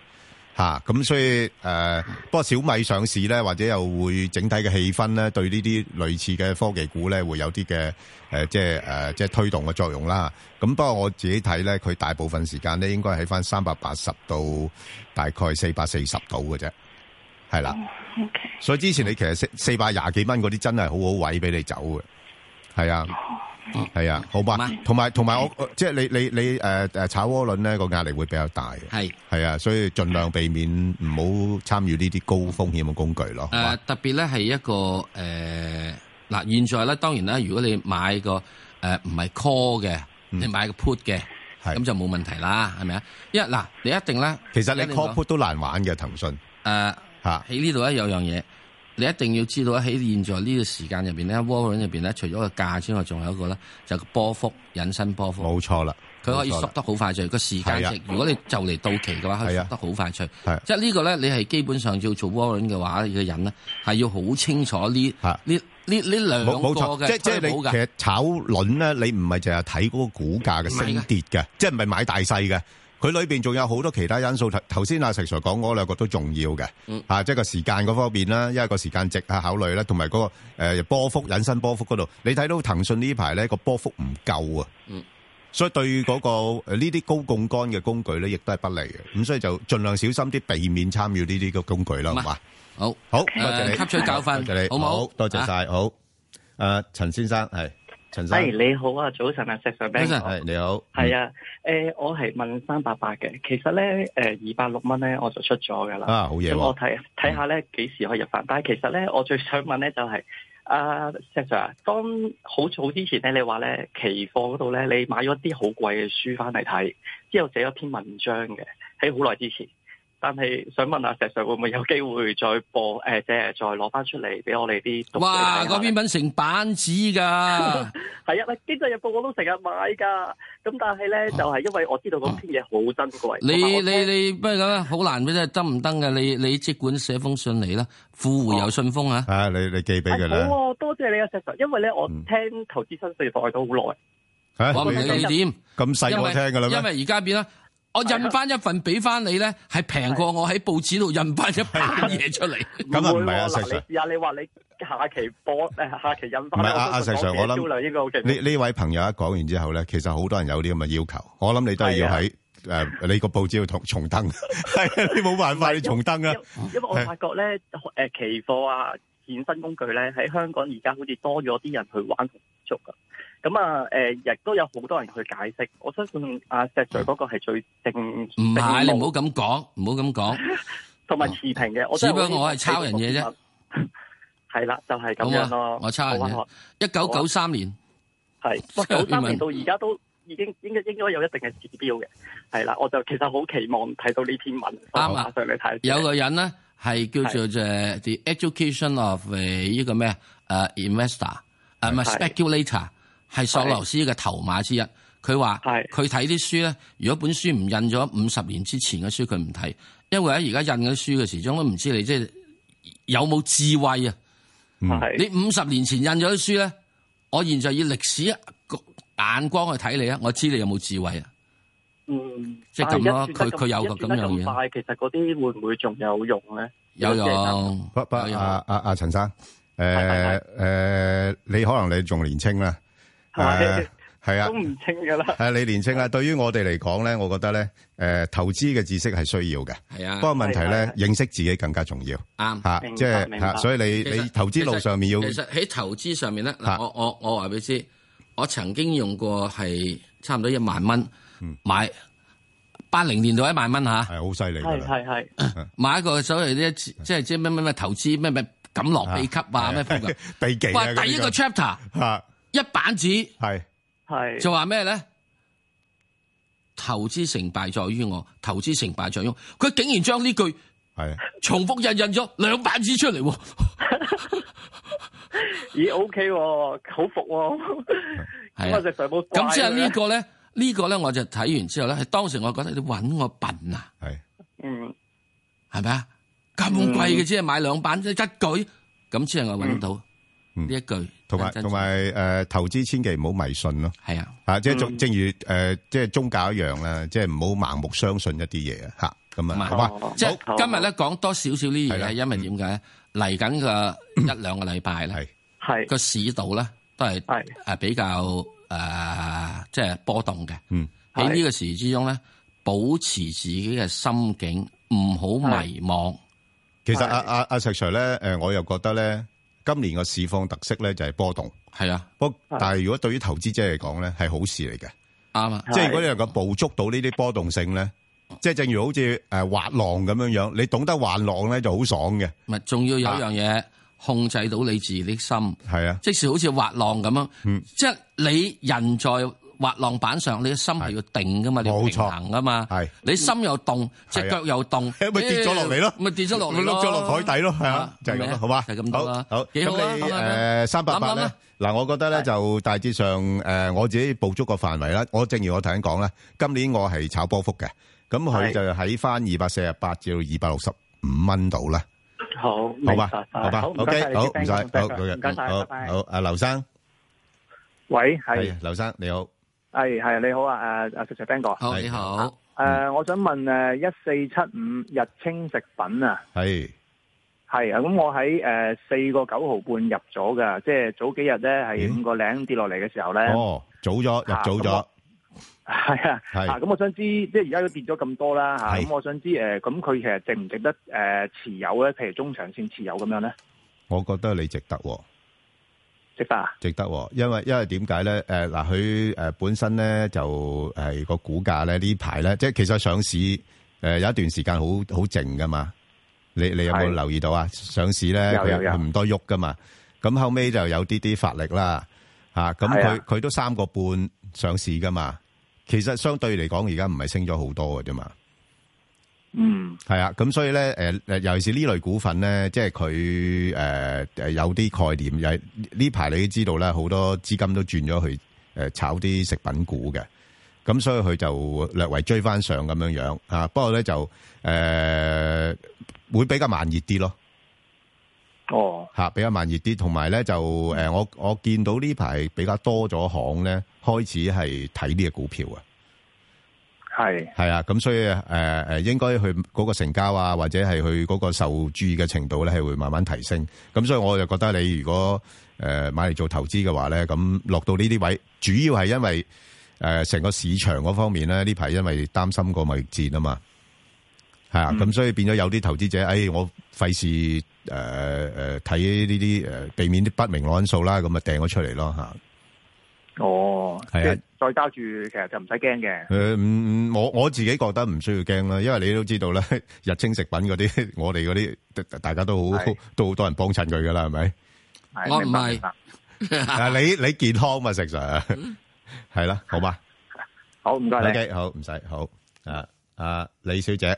吓，咁、所以誒、呃不過小米上市咧，或者又會整體嘅氣氛咧，對呢啲類似嘅科技股咧，會有啲嘅誒，即係誒、呃即係推動嘅作用啦。咁不過我自己睇咧，佢大部分時間咧，應該喺翻三百八十到大概四百四十度嘅啫，係啦。所以之前你其實四四百廿幾蚊嗰啲真係好好位俾你走嘅，係啊。系啊，好嘛，同埋同埋我我即系你你你诶诶炒窩輪咧個壓力會比較大嘅，
系
系啊，所以盡量避免唔好參與呢啲高風險嘅工具咯。
誒、特別咧係一個誒嗱、現在咧當然啦，如果你買個誒唔係 call 嘅，
嗯
你買個 put 嘅，咁就冇問題啦，係咪啊？因為嗱、你一定咧，
其實你 call put 都難玩嘅，騰訊
誒
嚇
喺呢度咧有樣嘢，你一定要知道喺現在呢個時間入邊咧，窩輪入邊咧，除咗個價之外，仲有一個咧就係個波幅引申波幅，
冇錯啦。
佢佢可以
冇錯啦
縮得好快脆，個時間
係啊
值。如果你就嚟到期嘅話，佢
係啊
縮得好快脆
係。
即係呢個咧，你係基本上要做 warrant 嘅話，嘅人咧係要好清楚呢呢呢呢兩個
冇冇錯，
嘅
即即係你
推保
其
㗎
實炒輪咧，你唔係淨係睇嗰個股價嘅升跌嘅，即係唔係買大細嘅。佢裏邊仲有好多其他因素，頭頭先阿石 Sir 講嗰兩個都重要嘅，
嗯
啊，即係個時間嗰方面啦，因為個時間值啊考慮啦，同埋嗰個呃波幅引申波幅嗰度，你睇到騰訊呢排咧個波幅唔夠啊，
嗯
所以對嗰、個呃呢啲高槓桿嘅工具咧，亦都係不利嘅，咁所以就盡量小心啲，避免參與呢啲嘅工具啦，好嘛？
好，
好，多謝你
誒吸取教訓
多謝你，
好冇
多謝晒，好。誒，啊陳先生係陳生，
係你好啊，早晨啊，石 Sir Ben 哥。
係你好，
係啊，誒、我係問三百八嘅，其實咧誒二百六蚊咧我就出咗㗎啦。
啊好嘢喎
咁我睇睇下咧幾時可以入翻，但係其實咧我最想問咧就係、啊石 Sir，啊當好早之前咧你話咧期貨嗰度咧你買咗啲好貴嘅書翻嚟睇，之後寫咗篇文章嘅，喺好耐之前。但係想問下石 Sir 會唔會有機會再播誒，即、係再攞翻出嚟俾我哋啲讀者
哇！
睇下
嗰邊品成板紙 㗎，
係啊，嗱，經濟日報我都成日買㗎，咁但係咧就係因為我知道嗰篇嘢好珍貴，
你
啊
你你不如咁啦，好難嘅啫，得唔得嘅？你你即管寫封信嚟啦，富湖有信封啊！
啊，你你寄俾佢
好啊，多謝你啊，石 Sir，因為咧我聽投資新世代都好
耐，
我唔理你點，
咁細我聽㗎啦咩啊
因為因為而家變啦，我印翻一份俾翻你咧，係平過我喺報紙度印翻一版嘢出嚟。
咁啊唔係啊
嗱，
石 Sir，
你試下你話你下期播誒下期引
唔
翻，
係阿阿石 Sir，我
銷量應該好
諗
勁。
呢呢位朋友一講完之後咧，其實好多人有啲咁嘅要求，我諗你都係要喺誒你個報紙要重重登， 係啊你冇辦法，你重登啊，
因為我發覺咧，誒期貨啊、衍生工具咧，喺香港而家好似多咗啲人去玩同接觸啊。咁啊，誒亦都有好多人去解釋。我相信阿石 Sir 嗰個係最正，
啊
唔係，你
正
唔
路
好咁講，唔好咁講。
同埋持平嘅。我
只
真係
不過
好
我係抄人嘢啫，
係啦，就係咁樣
好
咯
嘛？。我抄人
好
嘢
啊，
一九九三年。
係哇，九三年到而家都已經應該應該有一定嘅指標嘅。係啦，我就其實好期望睇到呢篇文，
啱
馬
啊
上嚟睇。
有個人咧係叫做就 The Education of 誒呢個咩啊誒 Investor 啊唔係
係
Speculator 係索羅斯嘅頭馬之一。佢話佢睇啲書咧，如果本書唔印咗五十年之前嘅書，佢唔睇，因為啊喺而家印嗰啲書嘅時鐘都唔知你即係有冇智慧啊！你五十年前印咗啲書咧，我現在以歷史眼光去睇你啊，我知你有冇智慧啊！
嗯，
即係咁咯
但係一轉
佢
得
佢有個咁樣嘢
一轉得快其實嗰啲會唔會仲有用咧？
有用
即係
不不，阿阿阿陳生，誒誒，你可能你仲年青 啦，誒係啊，
都唔清㗎啦。
係你年青 啦，對於我哋嚟講咧，我覺得咧，誒、投資嘅知識係需要嘅。
係啊
不過問題咧，認識自己更加重要。
啱
嚇即係嚇，所以你
其實
你投資路上面要
其實其實喺投資上面咧，嗱，我我我話俾你知，我曾經用過係差唔多一萬蚊買八零年到一萬蚊吓，
嗯係好犀利
係係係。
買一個所謂咧，即係即係咩咩咩投資咩咩錦囊秘笈啊咩風格
秘技啊
哇！
嗰啲
第一個
咁
chapter
嚇
一板紙
係
係
就話咩咧？投資成敗在於我，投資成敗在於我。佢竟然將呢句
係
重複印印咗兩板紙出嚟 喎。
咦，O K 喎，好服喎。
係
咁
啊
啊，石 Sir 冇怪啊
咁即係
佢
呢
啦
個咧，呢個咧我就睇完之後咧，係當時我覺得你揾我笨啊，
嗯，
係咪啊？咁貴嘅只係買兩版啫，一句咁先係我揾到
呢
一句，
嗯同埋同埋誒，投資千祈唔好迷信咯。
係啊，
嚇，即係
嗯
正正如誒、即係宗教一樣啦，即係唔好盲目相信一啲嘢啊嚇。咁啊，好嗯嘛，
哦即係今日咧講多少少呢啲嘢，因為點解呢嚟緊嘅
嗯
一兩個禮拜咧，
係
個市道咧都係誒比較誒即係波動嘅。
嗯，
喺呢個時之中咧，保持自己嘅心境，唔好迷惘。
其實阿阿阿石 Sir 咧，誒，我又覺得咧，今年個市況特色咧就係波動。
係啊，
不過但係如果對於投資者嚟講咧，係好事嚟嘅。
啱啊，
即係如果你能夠捕捉到呢啲波動性咧，即係正如好似誒滑浪咁樣樣，你懂得滑浪咧就好爽嘅。
唔係，仲要有一樣嘢控制到你自己的心。
啊係啊，嗯
即使好似滑浪咁樣，即係你人在滑浪板上，你嘅心係要定噶嘛，你要平衡噶嘛。係你心又動，隻腳又動，
啊 咪跌咗落嚟咯，
咪跌咗落嚟
咪
咯，
碌咗落海底咯，係啊，就係咁
係咪
咯，
啊
好嘛，
就係咁多啦
好好，
幾好啊
咁你
咁啊
誒三八八
諗諗
咧
啊，
嗱，我覺得咧就大致上誒，我自己捕捉個範圍啦。我正如我頭先講啦，今年我係炒波幅嘅，咁佢
係
就喺翻二百四十八至到二百六十五蚊度啦。
好，
好
明
吧
白，
好吧
好
，OK，好，唔該，好，好嘅，
唔該晒，
好，
拜拜。
好，啊，劉生，
喂，系
係，劉生，你好。
系系你好啊，诶诶，石 Sir Ben 哥，
好你好，
诶，我想問诶一四七五日清食品啊，係啊，咁我喺诶四個九毫半入咗噶，即係早幾日咧係五個零跌落嚟嘅時候咧，
哦，早咗，
啊，
入早咗。
係啊，
係
啊，咁我想知，即係而家都跌咗咁多啦吓，
係
咁我想知诶，咁佢其實值唔值得诶持有咧？譬如中長線持有咁樣咧，
我覺得你值得喎，值得喎，因為-呃呃
值得啊？
因為點解呢？誒，嗱，佢，誒，本身呢，就，誒，個股價呢，呢排呢，即係其實上市，誒，有一段時間好-好靜㗎嘛。你-你有冇
係。
留意到啊？上市呢，
有，
佢-
有，有。
佢唔多喐㗎嘛。咁後尾就有啲啲發力啦，嚇，咁
係啊。
佢-佢都3.5上市㗎嘛。其實相對嚟講，而家唔係升咗好多㗎啫嘛。
嗯，
系啊，咁所以咧，诶、诶，尤其是呢類股份咧，即係佢诶诶有啲概念，有呢排你都知道啦，好多資金都轉咗去诶、誒炒啲食品股嘅，咁所以佢就略為追翻上咁樣樣啊。不過咧就诶、誒會比較慢熱啲咯。
哦，
吓比較慢熱啲，同埋咧就誒、呃我我見到呢排比較多咗行咧，開始係睇呢個股票啊。
係
係啊，咁所以誒誒，應該佢嗰個成交啊，或者係佢嗰個受注意嘅程度咧，係會慢慢提升。咁所以我就覺得你如果誒、呃、買嚟做投資嘅話咧，咁落到呢啲位，主要係因為誒成、個市場嗰方面咧，呢排因為擔心個貿易戰啊嘛。係啊，咁所以變咗有啲投資者，诶，我費事诶诶睇呢啲诶避免啲不明朗因素啦，咁啊掟咗出嚟咯吓。
哦，即
係啊
係再交住，其實就唔使驚嘅。
诶、嗯嗯我我自己覺得唔需要驚啦，因為你都知道啦， 日清食品嗰啲， 我哋嗰啲大家都好
係
都好多人幫襯佢噶啦，係咪？
係
我唔
明白
係
明白
啊，你你健康嘛，食 Sir 係啦，好嘛
好，唔該你。
？OK，好，唔使好啊啊，李小姐，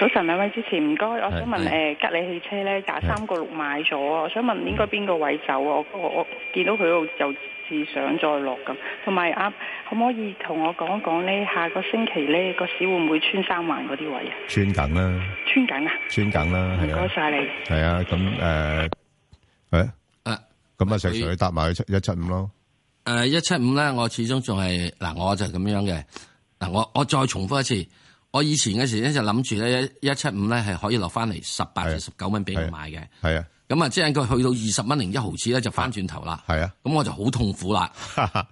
早晨兩位主持，唔該，我想問誒、
係
呃吉利汽車咧廿三個六買咗啊，我想問應該邊個位走啊？我我我見到佢嗰度又自上再落咁，同埋啊，可唔可以同我講一講呢？下個星期呢個市會唔會穿三環嗰啲位啊？
穿緊啦，
穿緊啊！
穿緊啦，
唔
係
該
啊，
晒你。
係啊，咁诶诶，咁啊，石 Sir 你搭埋去一七五咯。
誒一七五咧，我始終仲係嗱，我就係咁樣嘅嗱，我我再重複一次，我以前嘅時咧就諗住咧一七五咧係可以落翻嚟十八至十九蚊俾我買嘅，
係啊，
咁啊即係佢去到二十蚊零一毫子咧就翻轉頭啦，
係啊，
咁我就好痛 苦啦，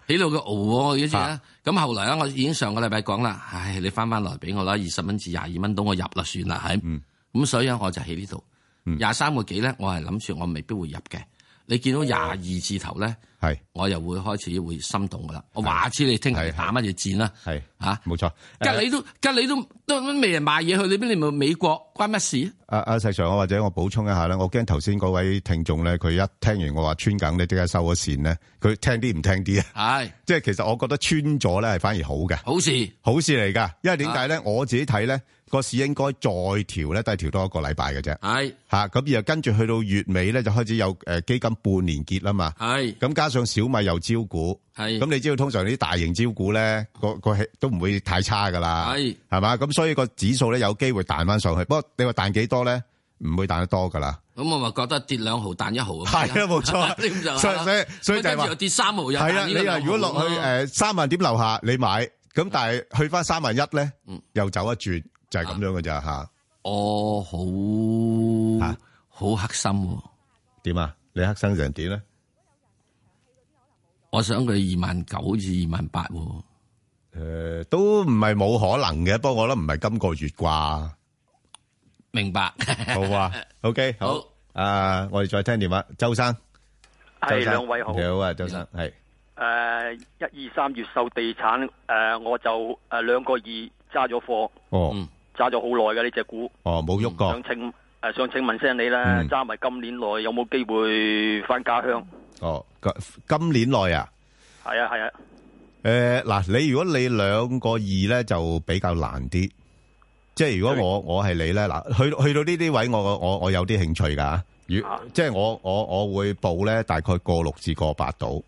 起到佢熬我嗰次
啊
咧，咁後來咧啊我已經上個禮拜講啦，唉你翻翻來俾我啦，二十蚊至廿二蚊到我入啦算啦，
嗯
係，咁所以啊呢我就喺呢度廿三個幾咧，我係諗住我未必會入嘅，你見到廿二字頭咧。
哦係。
我又會開始會心動噶啦。我話知你聽日打乜嘢戰啦，
係
嚇，
冇錯。
吉你都吉你都都未人賣嘢去，你邊你咪美國關乜事？
啊啊石 Sir，我或者我補充一下啦，我驚頭先嗰位聽眾咧，佢一聽完我話穿緊咧，即刻收咗線咧，佢聽啲唔聽啲
啊？係，
即係其實我覺得穿咗咧係反而好嘅，
好事，啊
好事嚟㗎。因為點解咧？我自己睇咧個市應該再調咧，都係調多一個禮拜嘅啫。
係
嚇，咁然後跟住去到月尾咧，就開始有誒基金半年結啦嘛。
係，
咁加上小米又招股，
係
咁你知道通常啲大型招股咧，個個氣都唔會太差噶啦，
係
係嘛？咁所以個指數咧有機會彈翻上去，不過你話彈幾多咧？唔會彈得多噶啦，
咁我咪覺得跌兩毫彈一毫咁。
係啊，冇
你 咁
錯，
就
所以所以所以就係
跟住
話
又跌三毫又
係啊，
彈呢個
你話
兩毫
如果落去
咯
誒三萬點樓下你買，咁但係去翻三萬一咧，
嗯
又走一轉，就係咁樣嘅咋嚇。
我哦
啊
好好黑心喎。
點啊？你黑心成點咧？
我想佢二萬九至二萬八喎。
誒，都唔係冇可能嘅，不過我諗唔係今個月啩。
明白。
好 啊，OK，好。À, 啊，我哋再聽電話，周生。
係，
周生，
兩位好。
你好啊，周生，係。
誒呃一二三越秀地產誒、我就誒兩個二揸咗貨，
哦，
揸咗好耐嘅呢只股。
哦，冇喐過。
想請誒、呃想請問聲你咧
嗯，
揸埋今年內有冇機會翻家鄉？
哦，個-今年內啊？
係啊係啊，
誒、诶，呃嗱、你如果你兩個二咧就比較難啲，即係如果我我係你咧，嗱，去去到呢啲位我我我有啲興趣㗎，如
啊
即係我我我會報咧大概過六至過八度，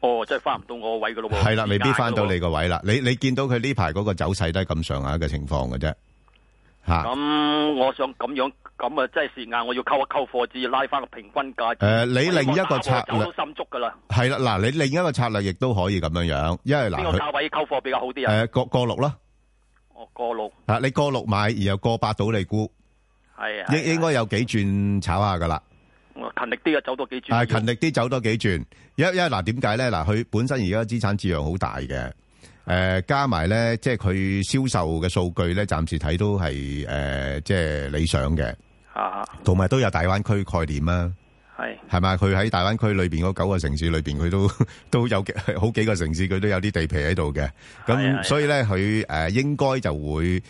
哦，即係翻唔到我個位噶咯喎，
係啦，未必翻到
哦而家㗎
你
喎。
個位啦。你你見到佢呢排嗰個走勢都係咁上下嘅情況嘅啫，吓、
咁我想咁樣，咁啊真係時間我要溝一溝貨，至拉翻個平均價。
誒你另一個
我打我
策略
走到心足噶啦，
係啦，嗱，你另一個策略亦都可以咁樣樣，因為
邊個價
嗱，
位溝貨比較好啲啊？
诶過過六啦，
我過六
啊，你過六買，然後過八到你估，
係啊，
應應該有幾轉炒下㗎啦。
我勤力啲啊，走多幾轉。
啊，勤力啲走多幾轉，因因為嗱點解咧？嗱，佢本身而家資產置養好大嘅，誒、加埋咧，即係佢銷售嘅數據咧，暫時睇都係誒、即係理想嘅，
啊，
同埋都有大灣區概念啊啦。
係
係咪？佢喺大灣區裏邊嗰九個城市裏邊，佢都 都有幾好幾個城市，佢都有啲地皮喺度嘅。
係啊
咁所以咧，佢誒、呃、應該就會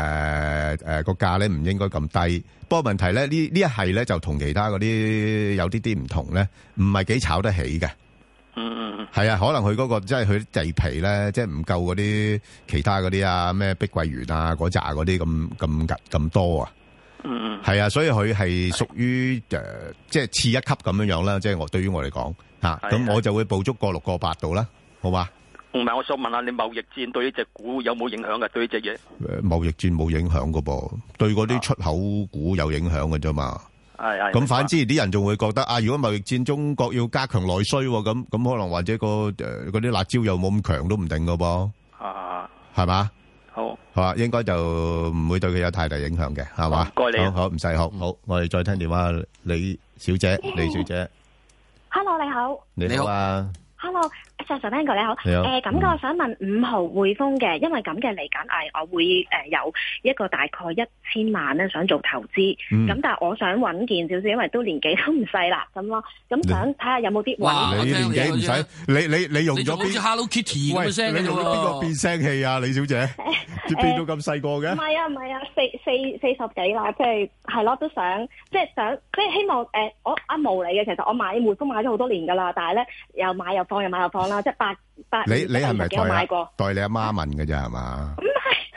誒誒個價咧唔應該咁低。不過問題咧，呢呢一系咧就同其他嗰啲有啲啲唔同咧，唔係幾炒得起嘅。
嗯嗯
係啊，可能佢嗰、個即係佢啲地皮咧，即係唔夠嗰啲其他嗰啲啊，咩碧桂園啊嗰扎嗰啲咁咁緊咁多啊。
嗯嗯，
係啊，所以佢係屬於誒，呃即係次一級咁樣樣啦。即係我對於我嚟講嚇，
係
咁
係
我就會捕捉過六個八度啦，好嘛？
同埋我想問下你貿易戰對呢只股有冇影響㗎？對呢只嘢
誒呃貿易戰冇影響噶噃，對嗰啲出口股有影響嘅啫嘛。
啊係係。
咁反之啲人仲會覺得啊，如果貿易戰中國要加強內需喎，咁咁可能或者個誒嗰啲辣椒又冇咁強都唔定噶噃，
啊，
係嘛？
好唔
係嘛？應該就唔會對佢有太大影響嘅，係嘛？
好唔該你啊
好好唔使好，好我哋再聽電話，李小姐，李小姐，
Hello，你好。
你好啊。
Hello，石 Sir Ben 哥你好。
你好嗯
誒咁、我想問五號匯豐嘅，因為咁嘅嚟緊誒，我會誒、有一個大概一千萬咧，想做投資。咁、
嗯
但係我想穩健少少，因為都年紀都唔細啦，咁咯。咁想睇下有冇啲穩
你年紀唔 使，你你你用咗
好似 Hello Kitty 咁嘅聲嘅
你
啫
用咗邊個
喎
變聲器啊，李小姐？
誒
變到咁細個
唔
嘅？
係啊，唔係啊，四四四十幾啦，即係係咯，都想即係想即係希望誒、我阿毛嚟嘅，其實我買匯豐買咗好多年㗎啦，但係咧又買又放又買又放啦，即係八八
你你係咪啊
有
代
買
阿
過？
代你阿媽問嘅咋係嘛？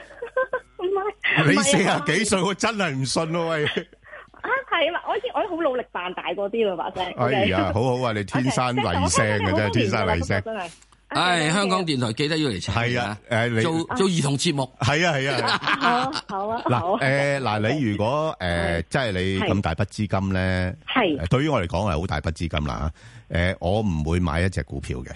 你
唔係唔
四
係啊
啊幾歲，我真係唔信咯喂！
啊，係啊，我已經我都好努力扮大個啲啦，把聲。
哎呀，好好啊，你天生麗聲嘅真係天生麗聲。
真係。
唉，香港電台記得要嚟查。
係啊，誒，
做做兒童節目。
係啊，係 啊。
好好啊，好嗯
嗱，誒，嗱，你如 果誒，即係你咁大筆資金咧，
係
對於我嚟講係好大筆資金啦。誒，我唔會買一隻股票嘅，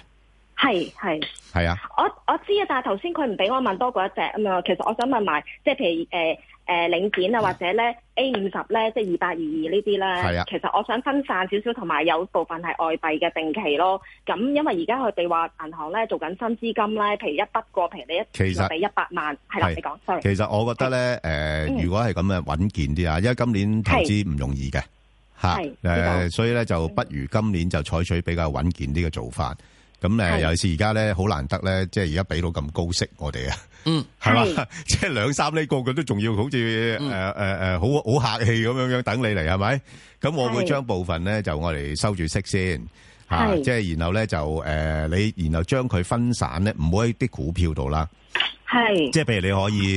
係係。
係啊。
我我知啊，但係頭先佢唔俾我問多過一隻啊嘛。其實我想問埋，即係譬如誒誒、呃呃領展啊，或者咧 A 五十咧，即係二八二二呢啲
係
咧
啊。
其實我想分散少少，同埋有部分係外幣嘅定期咯。咁因為而家佢哋話銀行咧做緊新資金咧，譬如一筆過，譬如你一
其實
次俾一百萬，係啦，
係
你講，sorry。
其實我覺得咧，诶、
嗯
如果係咁嘅穩健啲啊，因為今年投資唔容易嘅吓，
係
诶、
知道嗯
所以咧就不如今年就採取比較穩健啲嘅做法。咁
係
诶，尤其是而家咧，好難得咧，即係而家俾到咁高息我哋啊，
嗯，
系嘛， 即係兩三呢個個都仲要好似
嗯
诶诶诶，好好客氣咁樣樣等你嚟，係咪？咁我會
係
將部分咧就我嚟收住息先。吓、
係
即係然後咧就诶、誒你然後將佢分散咧，唔好喺啲股票度啦。
嗯
係
即係譬如你可以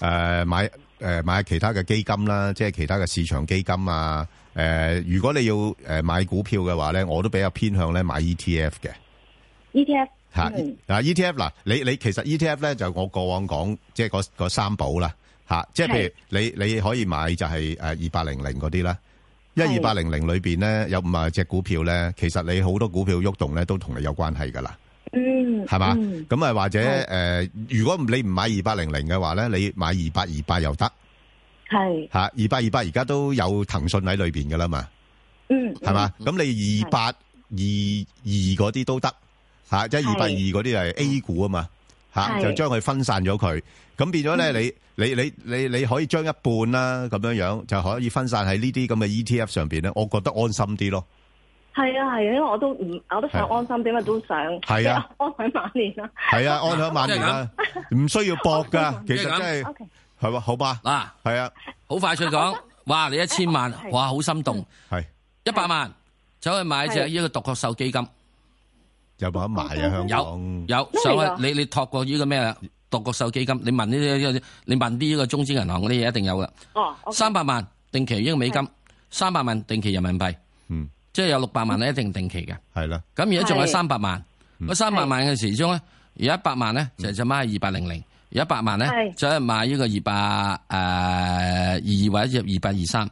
诶、呃、买诶、呃、买其他嘅基金啦，即係其他嘅市場基金啊。诶、如果你要诶买股票嘅話咧，我都比較偏向咧買 ETF 嘅
ETF
吓。嗱、
E 嗯
ETF 嗱，你你其實 E ETF 咧就我過往講，即係嗰嗰三寶啦吓、即係譬如你你可以買就係诶二八零零嗰啲啦。一二八零零裏边咧有五啊隻股票咧，其實你好多股票喐動咧都同你有關係㗎啦。
嗯，
係嘛？
嗯
咁啊，或者诶，如果你唔買二八零零嘅話咧，你買二八二八又得
係
吓，二八二八而家都有騰訊喺裏边噶啦嘛，
嗯
係嘛？咁你二八二二嗰啲都得吓，即係
係
二八二嗰啲係 A 股啊嘛吓，
係
就將佢分散咗佢，咁變咗咧，你你你你你可以將一半啦咁樣樣就可以分散喺呢啲咁嘅 ETF 上边咧，我覺得安心啲咯。
係啊係啊，因為我都唔我都想
係
安心啲，因為都想
係 啊，
安享晚年啦。
係啊，安享晚年啦，唔需要搏噶，其實
即係
真
咁
係
OK
係喎，好吧，
嗱，
系啊，
好快脆講，哇！你一千萬
係，
哇，好心動，
係
一百萬，走去買只
係
呢個獨角獸基金，
有冇得賣啊？香港
有
都未啊
上去你你托過呢個咩啊啦？托國壽基金，你問呢啲你問啲呢個中資銀行嗰啲嘢一定有噶。
哦，
三百萬定期英美金，三百萬定期人民幣，
嗯，
即係有六百萬咧一定定期嘅。
係啦，
咁而家仲有
係
三百萬，嗰三百萬嘅時鐘咧，有一百萬咧就就買二百零零，有一百萬咧
係
就係買呢個二百誒二或者二百二三，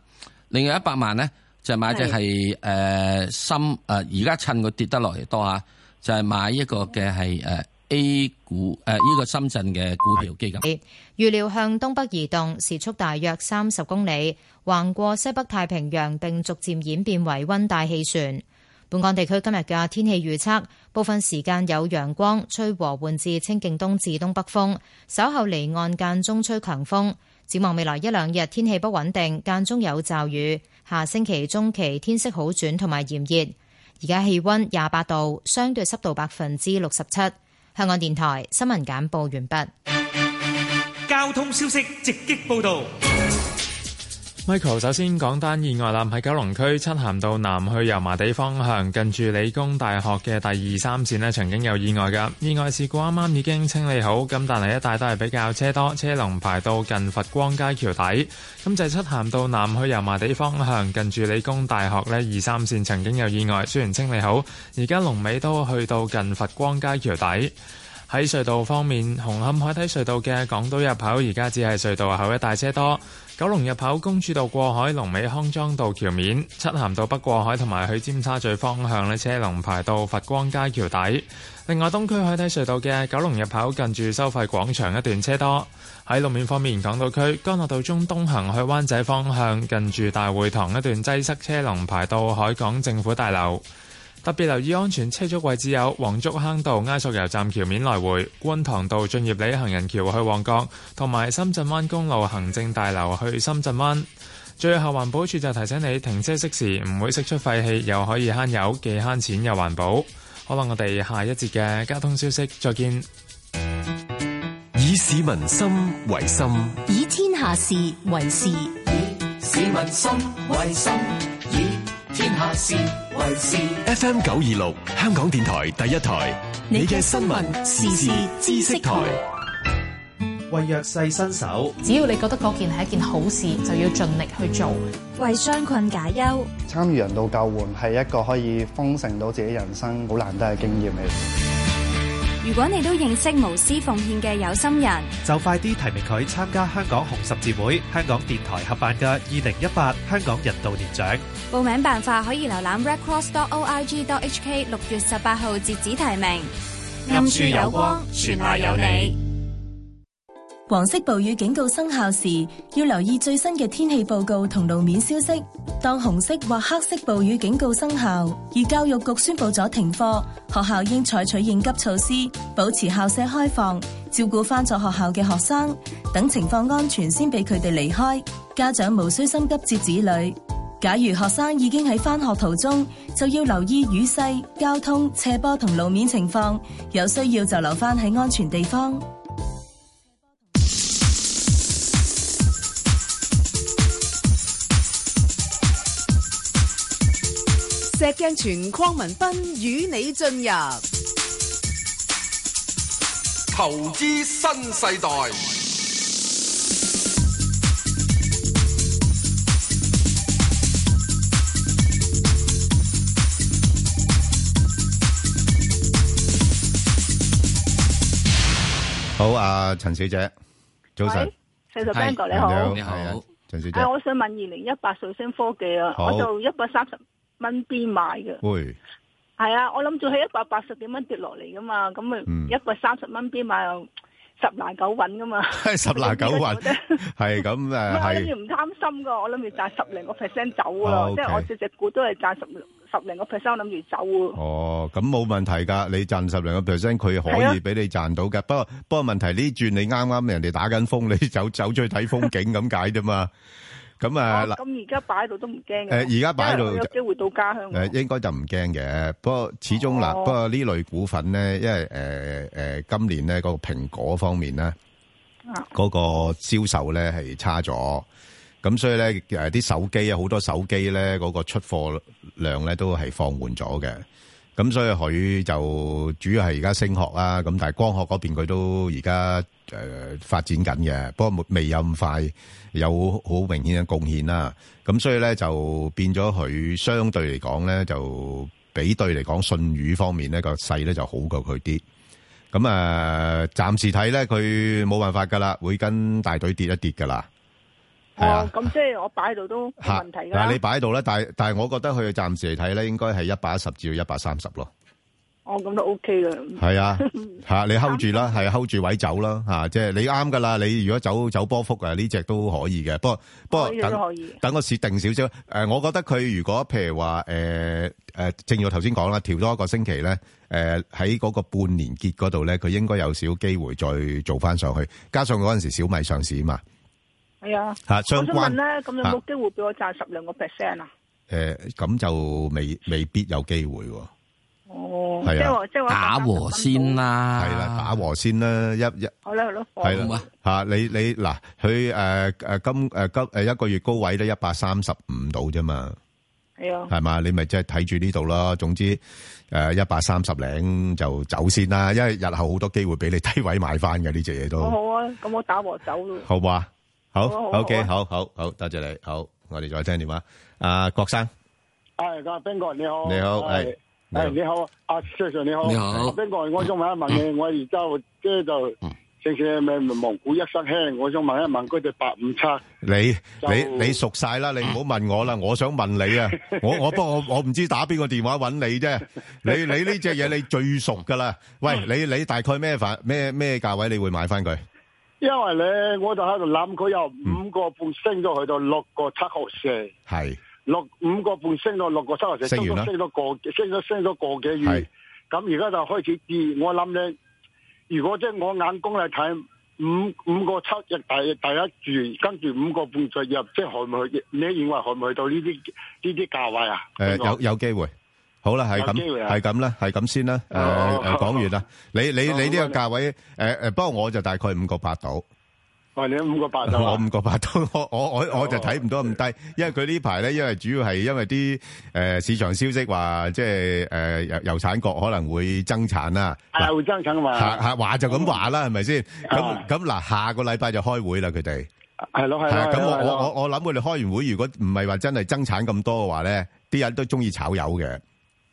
另外一百萬咧就買只係誒深誒而家趁佢跌得落嚟多嚇，就係買一個嘅係誒 A 股誒呢個深圳嘅股票基金。
預料向東北移動，時速大約三十公里，橫過西北太平洋並逐漸演變為温帶氣旋。本港地區今日嘅天氣預測，部分時間有陽光，吹和緩至清勁東至東北風，稍後離岸間中吹強風。展望未來一兩日天氣不穩定，間中有驟雨。下星期中期天色好轉同埋炎熱。而家氣温廿八度，相對濕度百分之六十七。香港電台新聞簡報完畢。
交通消息直擊報道。
Michael 首先講單意外啦，喺九龍區漆咸道南去油麻地方向，近住理工大學嘅第二三線呢，曾經有意外㗎。意外事故啊啱啱已經清理好，咁但係一帶都係比較車多，車龍排到近佛光街橋底。咁就係漆咸道南去油麻地方向，近住理工大學呢，二三線曾經有意外，雖然清理好，而家龍尾都去到近佛光街橋底。喺隧道方面，紅磡海底隧道嘅港島入口而家只係隧道口一大車多；九龍入口公主道過海、龍尾康莊道橋面、漆咸道北過海同埋去尖沙咀方向咧，車龍排到佛光街橋底。另外，東區海底隧道嘅九龍入口近住收費廣場一段車多。喺路面方面，港島區干諾道中東行去灣仔方向，近住大會堂一段擠塞車龍排到海港政府大樓。特別留意安全車速位置有黃竹坑道埃索油站橋面來回、觀塘道進業里行人橋去旺角，同埋深圳灣公路行政大樓去深圳灣。最後環保署就提醒你停車熄匙唔會釋出廢氣，又可以慳油，既慳錢又環保。好啦，我哋下一節嘅交通消息再見。
以市民心為心，
以天下事為事，
市民心為心，以天下事為事。
FM 九二六，香港電台第一台，你嘅新聞時事知識台，
為弱勢伸手，
只要你覺得嗰件係一件好事，就要盡力去做。
為傷困解憂，
參與人道救援係一個可以豐盛到自己人生好難得嘅經驗嚟。
如果你都認識無私奉獻嘅有心人，
就快啲提名佢參加香港紅十字會、香港電台合辦嘅二零一八香港人道年獎。
報名辦法可以瀏覽 redcross.org.hk，六月十八號截止提名。
暗處有光全賴有你。
黄色暴雨警告生效時，要留意最新嘅天氣報告同路面消息。當紅色或黑色暴雨警告生效，而教育局宣布咗停課，學校應採取應急措施，保持校舍開放，照顧翻咗學校嘅學生，等情況安全先俾佢哋離開。家長無需心急接子女。假如學生已經喺返學途中，就要留意雨勢、交通、斜坡同路面情況，有需要就留翻喺安全地方。
石鏡泉匡文斌與你進入
投資新世代，
好啊，陳小姐，早晨，
石 Sir Ben 哥你好，
你好，係啊陳小姐
誒，，我想問二零一八瑞聲科技啊，
好
我就一百三十蚊邊買嘅，
喂，
係啊，我諗住喺一百八十幾蚊跌落嚟噶嘛，咁咪一百三十蚊邊買又十拿九穩噶嘛，
十拿九 穩，係咁
唔係我
诶，
諗住
系
唔貪心噶，我諗住賺十零個 percent 走
哦
啊，
，OK
即係我隻隻股都係賺十十零個 percent，我諗住走啊。
哦，咁冇問題㗎，你賺十零個 percent，佢
係
可以
啊
俾你賺到㗎。不過不過問題呢轉你啱啱人哋打緊風， 你走走出去睇風景咁解啫嘛。咁啊嗱。
咁而家擺喺度都唔驚嘅。
誒而家擺喺度
因為我有機會到家鄉
誒
喎。
應該就唔驚嘅，不過始終嗱，
哦
不過呢類股份咧，因為誒誒、今年咧嗰個蘋果方面咧，嗰、個銷售咧係差咗，咁所以咧誒啲手機啊，好多手機咧嗰個出貨量咧都係放緩咗嘅。咁所以佢就主要係而家升學啦，咁但係光學嗰邊佢都而家誒發展緊嘅，不過未有咁快有好明顯嘅貢獻啦。咁所以咧就變咗佢相對嚟講咧，就比對嚟講信譽方面咧個勢咧就好過佢啲。咁啊，暫時睇咧佢冇辦法噶啦，會跟大隊跌一跌噶啦。係啊
哦，咁即係我擺喺度都冇問題㗎啦
嗱，你擺喺度咧，但係但係，我覺得佢暫時嚟睇咧，應該係一百一十至到一百三十咯。
哦，咁都 OK 嘅。
係 啊，吓你 hold 住啦，係啊 hold 住位走啦，吓即係你啱噶啦。你如果走走波幅啊，呢只都可以嘅。不過不過
呢隻都可以
等等個市定少少。誒，我覺得佢如果譬如話誒誒，正如我頭先講啦，調多一個星期咧，誒喺嗰個半年結嗰度咧，佢應該有少機會再做翻上去。加上嗰陣時小米上市嘛，
係啊。
嚇相
我想問
關啊
咧，咁有冇機會俾我賺十兩個 percent 啊？
誒咁就未未必有機會喎。
哦，即
係
係
啊
話，即係話
和先啦，係啦，打和先啦，一一。
好啦，好啦，
系啦，吓你你嗱，佢诶诶今诶今诶一個月高位咧一百三十五度啫嘛，
係啊。
係嘛？你咪即係睇住呢度啦。總之诶一百三十零就走先啦，因為日後好多機會俾你 低位買翻嘅呢只嘢都，
好好啊，咁我打和走咯。
好唔好啊？好
好啊好啊
，OK，
好
好好好，多謝你，好，我哋再聽電話。阿郭生，
系，哎阿斌哥你好，
你好係
系，
你好
系你好，阿 Sir 你好，
你好
斌哥，我想問一問你，我而家即係就正正咪蒙古一失輕，我想問一問嗰只八五七。
你
就
你你熟晒啦，你唔好問我 啦，我想問你啊，我我不過我我唔知打邊個電話揾你啫，你你呢只嘢你最熟噶啦，喂，
嗯
你你大概咩範咩咩價位你會買翻佢？
因為咧，我就喺度諗，佢由五個半升咗去到六個七毫四，
係
六五個半升到六個七毫四，
升完啦
足足升咗個升咗升咗個幾
係
月，咁而家就開始跌。我諗咧，如果即係我眼光嚟睇，五五個七日第第一注，跟住五個半再入，即係去唔去？你認為去唔去到呢啲呢啲價位啊？
誒呃有有機會，好啦，係咁
有機會啊
係咁啦，係咁先啦，誒誒
哦
講完啦，你你
哦
你呢
好
個價位誒誒，不過我就大概五個八到。
喂，你五個八就
我五個八都，我我我我就睇唔到咁低，因為佢呢排咧，因為主要係因為啲誒、呃市場消息話，即係誒油油產國可能會增產啦。
啊會增產嘛
下下話就咁話啦，係咪先？咁咁嗱，下個禮拜就開會啦，佢哋。
係咯係
係啊
咯
咁我
係咯
我我我諗佢哋開完會，如果唔係話真係增產咁多嘅話咧，啲人都中意炒油嘅。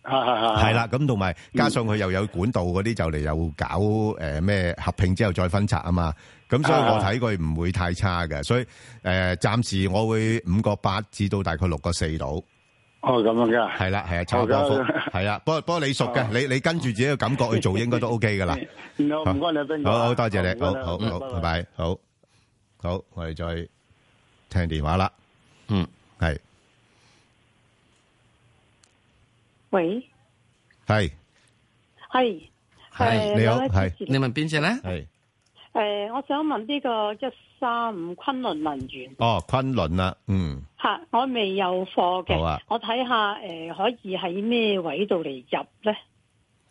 係係係
係啦，咁同埋加上佢又有管道嗰啲就嚟又搞誒咩合併之後再分拆啊嘛，咁所以我睇佢唔會太差嘅，所以誒暫時我會五個八至到大概六個四度。
哦，咁樣嘅。
係啦，係啊，炒波幅
好嘅
係啦，不過不過你熟嘅，你你跟住自己嘅感覺去做，應該都 OK 噶啦。
唔該你邊個
好好多謝你，
好
好
唔該你
好
嗯
好，拜拜，好好，我哋再聽電話啦。
嗯，
係
喂，
係
系
係，你好，係
你
問邊只咧？
係。
诶、我想問呢個一三五昆侖能源
哦，昆侖啦，嗯，
吓，我未有貨嘅，
好啊
我睇下诶、可以喺咩位度嚟入咧？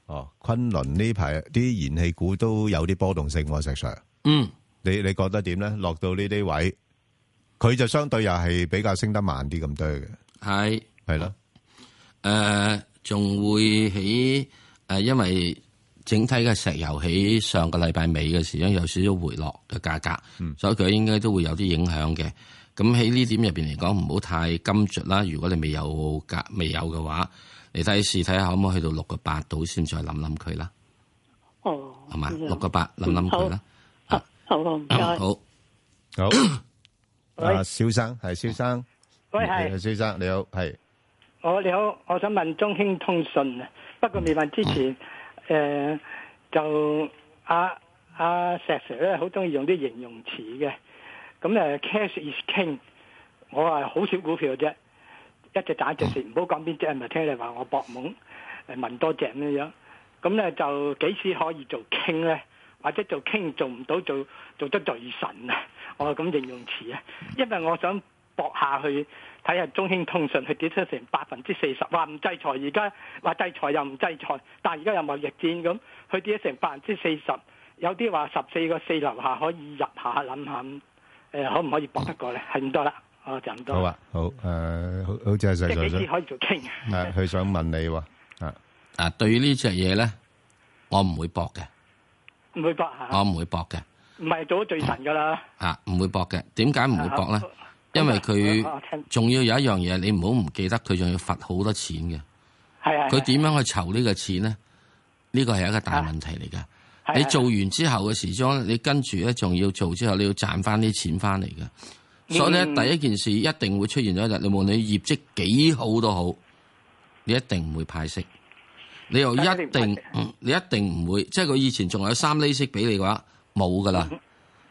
哦，昆侖呢排啲燃氣股都有啲波動性喎，石 Sir。
嗯，
你你觉得點咧？落到呢啲位，佢就相對又係比較升得慢啲咁多嘅。
係
係咯，
誒呃仲會喺誒，因為整體嘅石油喺上個禮拜尾嘅時候有少少回落嘅價格，所以佢應該都會有啲影響嘅。咁喺呢點入邊嚟講，唔好太金著啦。如果你未有價未有嘅話，你睇試睇下可唔可以去到六個八度先再諗諗佢啦，
哦，
係嘛？
咁樣
六個八諗諗佢啦。
好嗯好唔該。
好，
好，
喂
阿蕭生係蕭生，
喂係
你蕭生你好，係
我你好，我想問中興通訊啊，不過未問之前，誒、
嗯
就阿阿、石 Sir 咧，好中意用啲形容詞嘅，咁誒 cash is king，我係好少股票嘅啫，一隻打一隻
嗯
蝕，唔好講邊隻，咪聽你話我博懵，誒問多隻咁樣，咁咧就幾時可以做 king 咧？或者做 king 做唔到，做做得罪神啊！我咁形容詞啊，因為我想搏下去。睇下中興通訊佢跌出成百分之四十，話唔制裁，而家話制裁又唔制裁，但係而家又貿易戰咁，佢跌咗成百分之四十，有啲話十四個四樓下可以入下諗下，誒、可唔可以搏得過咧？係咁多啦，我就咁多。
好啊，好誒，好好似係
即
石
係幾
Sir
時可以做傾？啊
誒，佢想問你喎，啊，
嗱，對呢只嘢咧，我唔會搏嘅，
唔會搏下，
我唔會搏嘅，
唔係做咗最神噶啦。
吓唔會搏嘅。點解唔會搏咧？因為
啊
佢
聽
仲要有一樣嘢，你唔好唔記得，佢仲要罰好多錢嘅。
係啊，
佢點樣去籌呢個錢咧？呢個係一個大問題嚟
啊係
噶。你做完之後嘅時裝，你跟住咧仲要做之後，你要賺翻啲錢翻嚟嘅。所以咧，
嗯
第一件事一定會出現咗一日，你無論你業績幾好都好，你一定唔會派息。你又一定，嗯你一定唔會，即係佢以前仲有三厘息俾你嘅話，冇噶啦。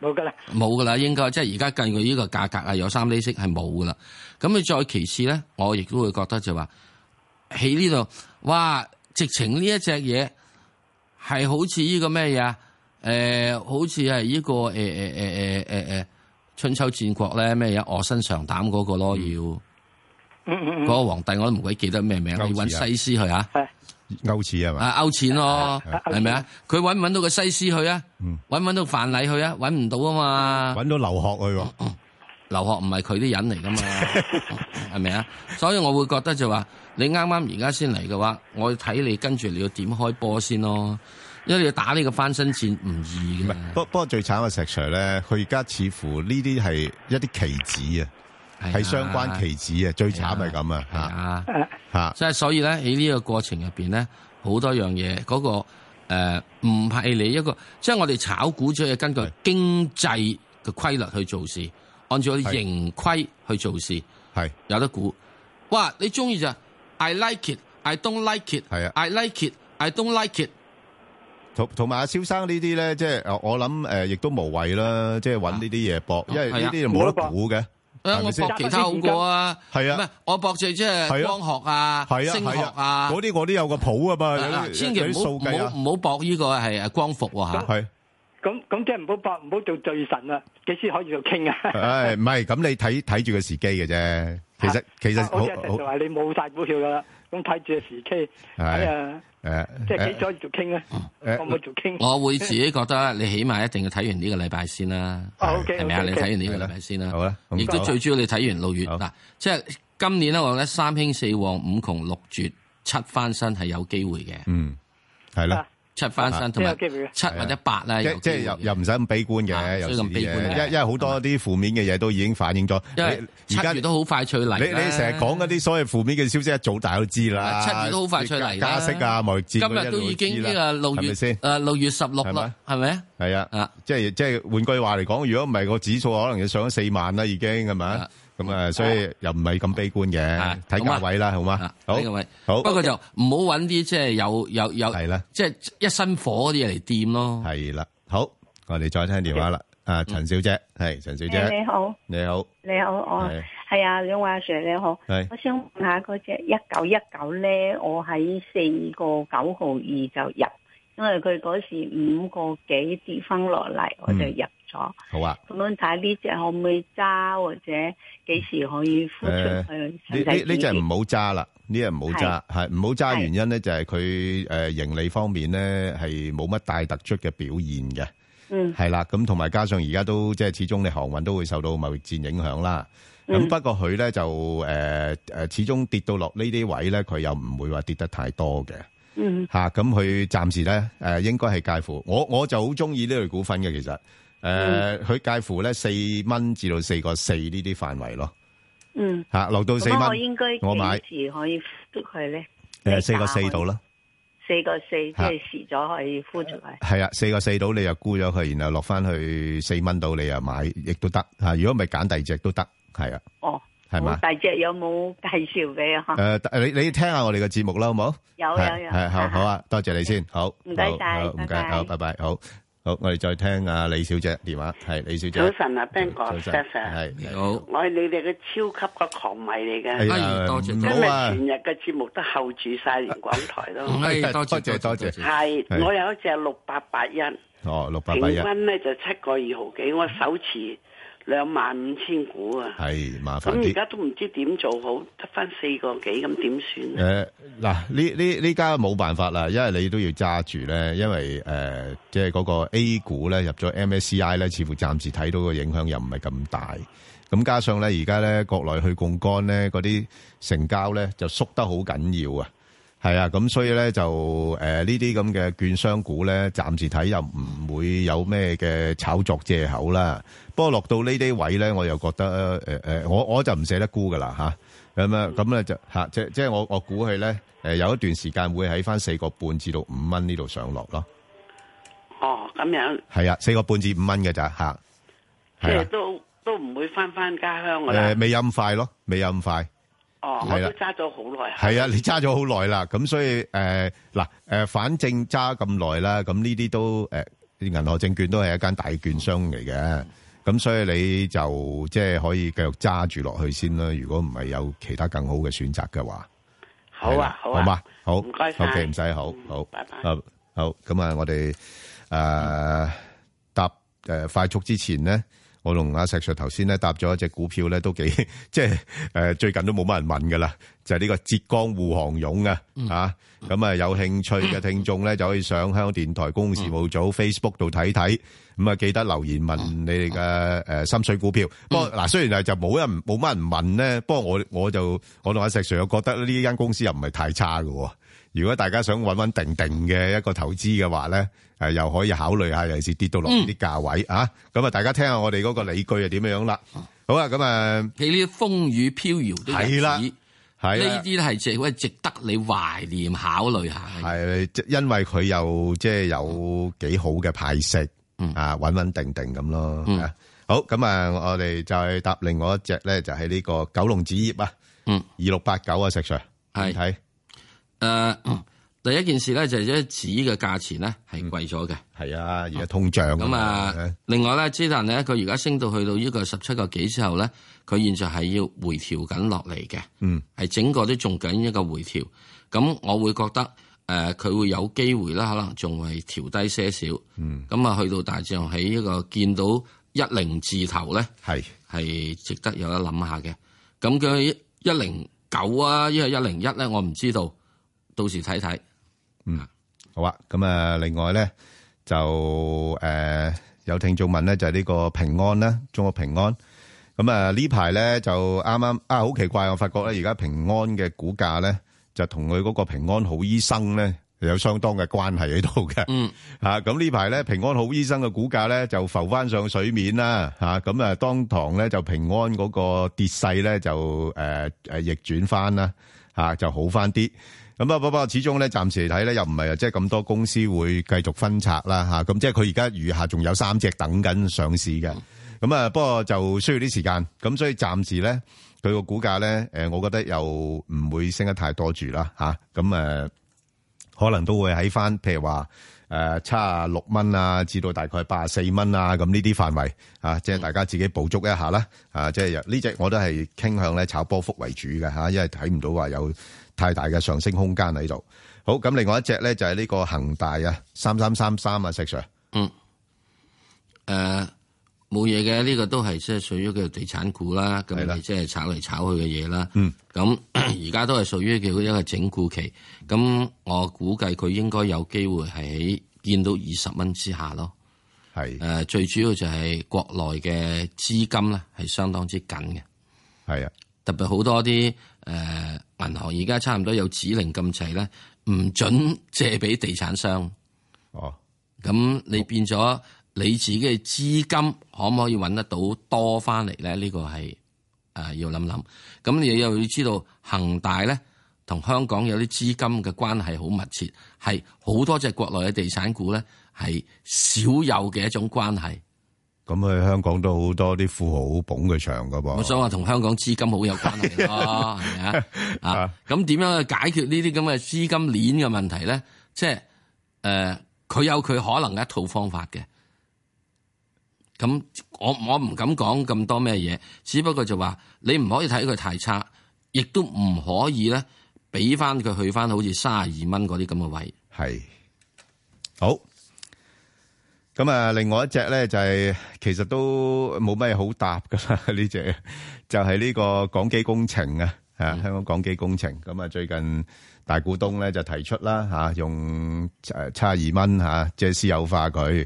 冇噶啦，
冇噶啦，應該即係而家近佢呢個價格啊，有三厘息係冇噶啦。咁你再其次咧，我亦都會覺得就話喺呢度，哇！直情呢一隻嘢係好似呢個咩嘢啊？誒、好似係呢個誒誒誒誒誒誒春秋戰國咧咩嘢？啊卧薪嘗膽嗰個咯，要嗰、
嗯嗯
個皇帝我都唔鬼記得咩名，你
勾
揾
踐啊
西施去啊！
勾似係嘛？
啊，勾錢咯，
係嗯
係咪啊？佢揾唔揾到個西施去啊？揾唔揾到范禮去啊？揾唔到啊嘛？嗯
揾到劉學去喎？
劉學唔係佢啲人嚟噶嘛？ 係咪啊？所以我會覺得就話，你啱啱而家先嚟嘅話，我睇你跟住你要點開波先咯，因為你要打呢個翻身戰唔易嘅。
不不過最慘嘅石 Sir 咧，佢而家似乎呢啲係一啲棋子啊，係相關棋子啊，最慘係咁啊
嚇
嚇。
即係所以咧，喺呢個過程入邊咧，好多樣嘢嗰個誒唔係你一個，即係我哋炒股只係根據經濟嘅規律去做事，按照盈虧去做事，
係
有得估。哇！你中意就係 I like it, I don't like it，
係啊
，I like it, I don't like it。
同同埋阿蕭生呢啲咧，即係呃我諗誒，亦都無謂啦，即係揾呢啲嘢搏，因為
係
呢
啊
啲就冇得估嘅。
啊
係咪
我
先
搏其他好過啊，
係啊
唔係我搏就即係
係啊
光學啊、
係啊
聲
係
學啊
啊，嗰啲我都有個譜啊嘛，有
嗱
啲
千祈
有
唔
啲
好
數
唔
計
好
啊。
唔好搏呢個係誒光伏喎嚇。
係。
咁咁即係唔好搏，唔好做最神啦。幾時可以做傾 啊？
唉，唔係，咁你睇睇住個時機嘅啫。其實其實
啊好似阿石
好
就
好
話你冇晒股票噶啦，咁睇住個時期，
係
睇啊，
誒，
即係幾時可以做傾咧？可唔可以做傾？
呃我會自己覺得你起碼一定要睇完呢個禮拜先啦，
哦，OK，
係咪啊？你
OK，OK
睇完呢個禮拜先啦，
好啦，
亦都
好
最主要你睇完六月嗱，即係今年咧，我覺得三興四旺五窮六絕七翻身係有機會嘅，
嗯，係啦。
七翻身同埋
啊即係有機會嘅啊
七或者八啦，
即
有機
即
會啊
係又又唔使咁悲觀嘅，有時
所以咁
啲
悲
嘢，
觀嘅
因因為好多啲負面嘅嘢都已經反映咗。
因為
你而家
七月都好快脆嚟啦
你你成日講嗰啲所謂負面嘅消息，一早大家都知啦。
啊七月都好快脆嚟啦
啊加息啊，貿易
今
戰嗰啲
日
一
都
路
已經
知
呢
啦
個六
係
月
咪先？
誒六月十六
係
啦
咪，
係咪啊？
係啊，即係即係換句話嚟講，如果唔係個指數可能要上咗四萬啦，已經係咪？咁啊，所以又唔係咁悲觀
啊
嘅，睇價位啦，好嘛？好
呢啊個位，
好。
不過就唔好揾啲即係有有有
係啦，
即係一身火嗰啲嘢嚟掂咯。嗯
係啦，好，我哋再聽電話啦。啊，陳小姐，係陳小
誒你
姐，
好，
你好，
你好，我
係
係啊，兩位阿 Sir 你好，
係
我想問下嗰只一九一九咧，我喺四個九毫二就入，因為佢嗰時五個幾跌翻落嚟，我就入咗。
好啊。
咁樣睇呢只可唔可以揸，或者幾時可以
誒，
呼出去？
呢呢呢隻唔好揸啦，呢隻唔好揸，係唔好揸
係
原因咧就係佢誒盈利方面咧係冇乜大突出嘅表現嘅，
嗯
係啦，咁同埋加上而家都即係始終你航運都會受到貿易戰影響啦。咁
嗯
不過佢咧就誒誒始終跌到落呢啲位咧，佢又唔會話跌得太多嘅。
嗯
吓，咁佢暫時咧誒應該係介乎，我我就好中意呢類股份嘅其實，
嗯
誒佢介乎咧四蚊至到四個四呢啲範圍咯。
嗯
吓落到四
咁我
蚊
應該，
我買
幾時可以呼出去咧？
誒四個四度啦，
四個四即係
嚇
蝕咗可以呼出去。
係啊，四個四度你又沽咗佢，然後落翻去四蚊度你又買，亦都得吓。如果唔係揀第二隻都得，係啊，
哦，
係嘛
好大隻有冇介紹俾啊我？
誒，你你聽下我哋嘅節目啦，好冇？
有有
係
有
係好好啊，多謝你 先，好，
唔該晒
好好唔
拜
該，
拜
好，拜拜，好好，我哋再聽阿李小姐電話，係李小姐，
早晨啊，Ben 哥
早晨
Sir Sir
係你
好。
我係你哋嘅超級嘅狂迷嚟嘅，
哎呀哎多謝
因
唔
為
好啊
全日嘅節目都候住晒 連廣台咯。
哎多謝多謝多謝
係
係
我有一隻六八八一，
哦，六八
平
八一，
均咧就七個二毫幾，我手持兩萬五千股啊。
係麻煩
咁而
啲。
家都唔知點做好，得翻四個幾咁點算啊？
誒嗱，呢呢呢家冇辦法啦，因為你都要揸住咧，因為誒、呃即係嗰個 A 股咧入咗 MSCI 咧，似乎暫時睇到個影響又唔係咁大。咁加上咧，而家咧國內去槓桿咧，嗰啲成交咧就縮得好緊要啊！係啊，咁所以咧就诶呢啲咁嘅券商股咧，暫時睇又唔會有咩嘅炒作借口啦。不過落到呢啲位咧，我又覺得诶诶、呃我我就唔捨得沽噶啦吓。咁啊咁咧就吓、即即係我我估佢咧诶有一段時間會喺翻四個半至到五蚊呢度上落咯。
哦，咁樣
係啊，四個半至五蚊嘅咋吓。
即
係
係
啊，
都都唔會翻翻家鄉噶
诶、
啦。
未有咁呃快咯，未有咁快。
哦，我
係啦
都揸咗好耐。
係啊，你揸咗好耐啦，咁所以诶嗱诶，反正揸咁耐啦，咁呢啲都诶，銀河證券都係一間大券商嚟嘅，咁所以你就即係可以繼續揸住落去先啦。如果唔係有其他更好嘅選擇嘅話，係
好啊
啦，
好啊，
好嘛，好
唔該晒
o k 唔使，好好，
拜拜
好好咁啊，我哋诶搭诶快速之前咧。我同阿石 Sir 頭先咧搭咗一隻股票咧，都幾 即係誒、呃最近都冇乜人問噶啦，就係、呢個浙江護航勇啊啊咁啊有興趣嘅聽眾咧就可以上香港電台公共事務組 Facebook 度睇睇，咁啊記得留言問你哋嘅誒心水股票。不過嗱，雖然係就冇人冇乜人問咧，不過我我就我同阿石 Sir 又覺得呢間公司又唔係太差嘅喎。如果大家想穩穩定定嘅一個投資嘅話咧，誒又可以考慮下，尤其是跌到落
嗯
呢啲價位、啊。咁啊，大家聽下我哋嗰個理據係點樣啦。好啊，咁啊，
喺呢啲風雨飄搖嘅日子
係啦，係啦
呢啲係值喂值得你懷念考慮下。
係即因為佢又即係有幾好嘅派息，啊穩穩定定咁咯。啊好，咁啊，我哋再搭另外一隻咧，就係呢個九龍紙業啊，
嗯，
二六八九啊，石 Sir，
係
睇
誒，第一件事咧就係一紙嘅價錢咧係貴咗嘅。
嗯係啊，而家通脹
咁啊，另外咧，之但咧，佢而家升到去到呢個十七個幾之後咧，佢現在係要回調緊落嚟嘅，
嗯，
係整個都仲緊一個回調。咁我會覺得誒，佢、會有機會啦，可能仲係調低些少。
嗯，
咁啊，去到大致上喺呢個見到一零字頭咧，
係
係值得有得諗下嘅。咁佢一零九啊，因為一零一咧，我唔知道，到時睇睇。
嗯，好啊。咁啊，另外咧就诶、呃有聽眾問咧，就係呢個平安啦，中國平安。咁啊呢排咧就啱啱啊，好奇怪，我發覺咧而家平安嘅股價咧就同佢嗰個平安好醫生咧有相當嘅關係喺度嘅。
嗯，
啊咁呢排咧平安好醫生嘅股價咧就浮翻上水面啦。吓咁啊，當堂咧就平安嗰個跌勢咧就诶诶、呃逆轉翻啦。吓、啊就好翻啲。咁啊，不過始終咧，暫時嚟睇咧，又唔係即係咁多公司會繼續分拆啦吓。咁、即係佢而家餘下仲有三隻等緊上市嘅。咁啊，不過就需要啲時間。咁所以暫時咧，佢個股價咧，诶，我覺得又唔會升得太多住啦吓。咁、诶。可能都會喺翻，譬如話誒七啊六蚊啊，至到大概八十四蚊啊，咁呢啲範圍啊，即係大家自己捕捉一下啦。啊，即係呢只我都係傾向咧炒波幅為主嘅嚇、因為睇唔到話有太大嘅上升空間喺度。好，咁另外一隻咧就係呢個恒大啊，三三三三啊，石 Sir。
嗯，誒冇嘢嘅，呢、個都係即係屬於嘅地產股啦，咁你即係炒嚟炒去嘅嘢啦。
嗯，
咁 而家都係屬於叫一個整固期，咁我估計佢應該有機會係喺見到二十蚊之下咯。
係
誒、最主要就係國內嘅資金咧係相當之緊嘅。
係啊，
特別好多啲誒、銀行而家差唔多有指令禁制咧，唔准借俾地產商。
哦，
咁你變咗你自己嘅資金可唔可以揾得到多翻嚟咧？呢、個係誒、呃要諗諗。咁你又要知道恒大咧同香港有啲資金嘅關係好密切，係好多隻國內嘅地產股咧係少有嘅一種關係。
咁佢香港都好多啲富豪捧佢場噶噃。
我想話同香港資金好有關係咯，係咪啊？啊，咁點樣去解決呢啲咁嘅資金鏈嘅問題咧？即係誒，呃佢、有佢可能嘅一套方法嘅。咁我我唔敢講咁多咩嘢，只不過就話你唔可以睇佢太差，亦都唔可以咧俾翻佢去翻好似三十二蚊嗰啲咁嘅位。
係好。咁啊，另外一隻咧就係、其實都冇咩好答噶啦， 呢只就係呢個港機工程啊，啊
嗯
香港港機工程咁啊，最近大股東咧就提出啦嚇、啊用誒差二蚊嚇，即係私有化佢。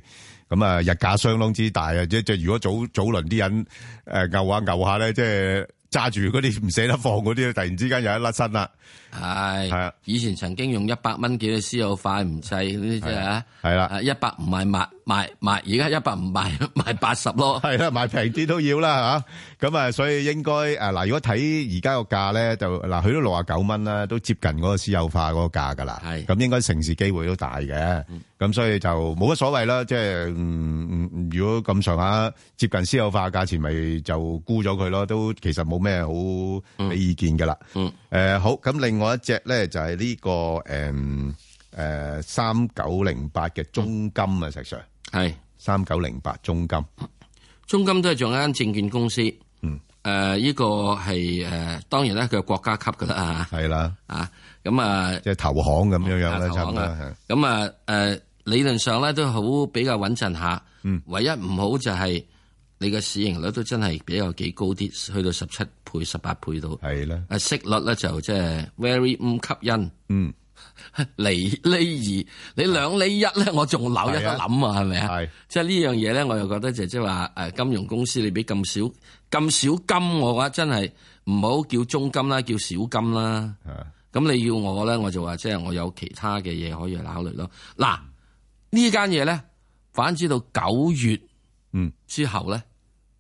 咁呃啊，日價相當之大啊！即即如果早早輪啲人誒牛下牛下咧，即係揸住嗰啲唔捨得放嗰啲，突然之間又一甩身啦。
係係啊，以前曾經用一百蚊叫你私有化唔制嗰啲即係啊，
係
啦，一百唔賣賣賣賣，而家一百唔賣 賣八十咯。
係啦，賣平啲都要啦吓。咁啊，所以應該誒嗱，如果睇而家個價咧，就嗱，去到六啊九蚊啦，都接近嗰個私有化嗰個價㗎啦。係咁，應該城市機會都大嘅。咁所以就冇乜所謂啦，即係嗯嗯，如果咁上下接近私有化價錢，咪就沽咗佢咯。都其實冇咩好俾意見㗎啦。
嗯。
誒好，咁另外一隻咧就係呢個誒誒三九零八嘅中金啊，石 Sir
係
三九零八中金，
中金都係做一間證券公司。嗯。誒，呢個係誒，當然啦，佢係國家級㗎啦
係啦。
啊，咁啊，
即係投行咁樣樣
啊
啦，
投
差唔
行
多
啊
係。
咁啊，誒、理論上咧都好比較穩陣下，
嗯
唯一唔好就係你嘅市盈率都真係比較幾高啲，去到十七倍、十八倍度。
係啦，
啊息率咧就即係 very 唔吸引，
嗯，
厘厘二，你兩厘一咧， 我仲扭一
係啊
諗啊，係咪啊？
係，
即係呢樣嘢咧，我又覺得就即係話誒，金融公司你俾咁少咁少金我嘅話，真係唔好叫中金啦，叫小金啦。咁你要我咧，我就話即係我有其他嘅嘢可以考慮咯。嗱，
嗯
呢間嘢咧，反之到九月，
嗯
之後咧，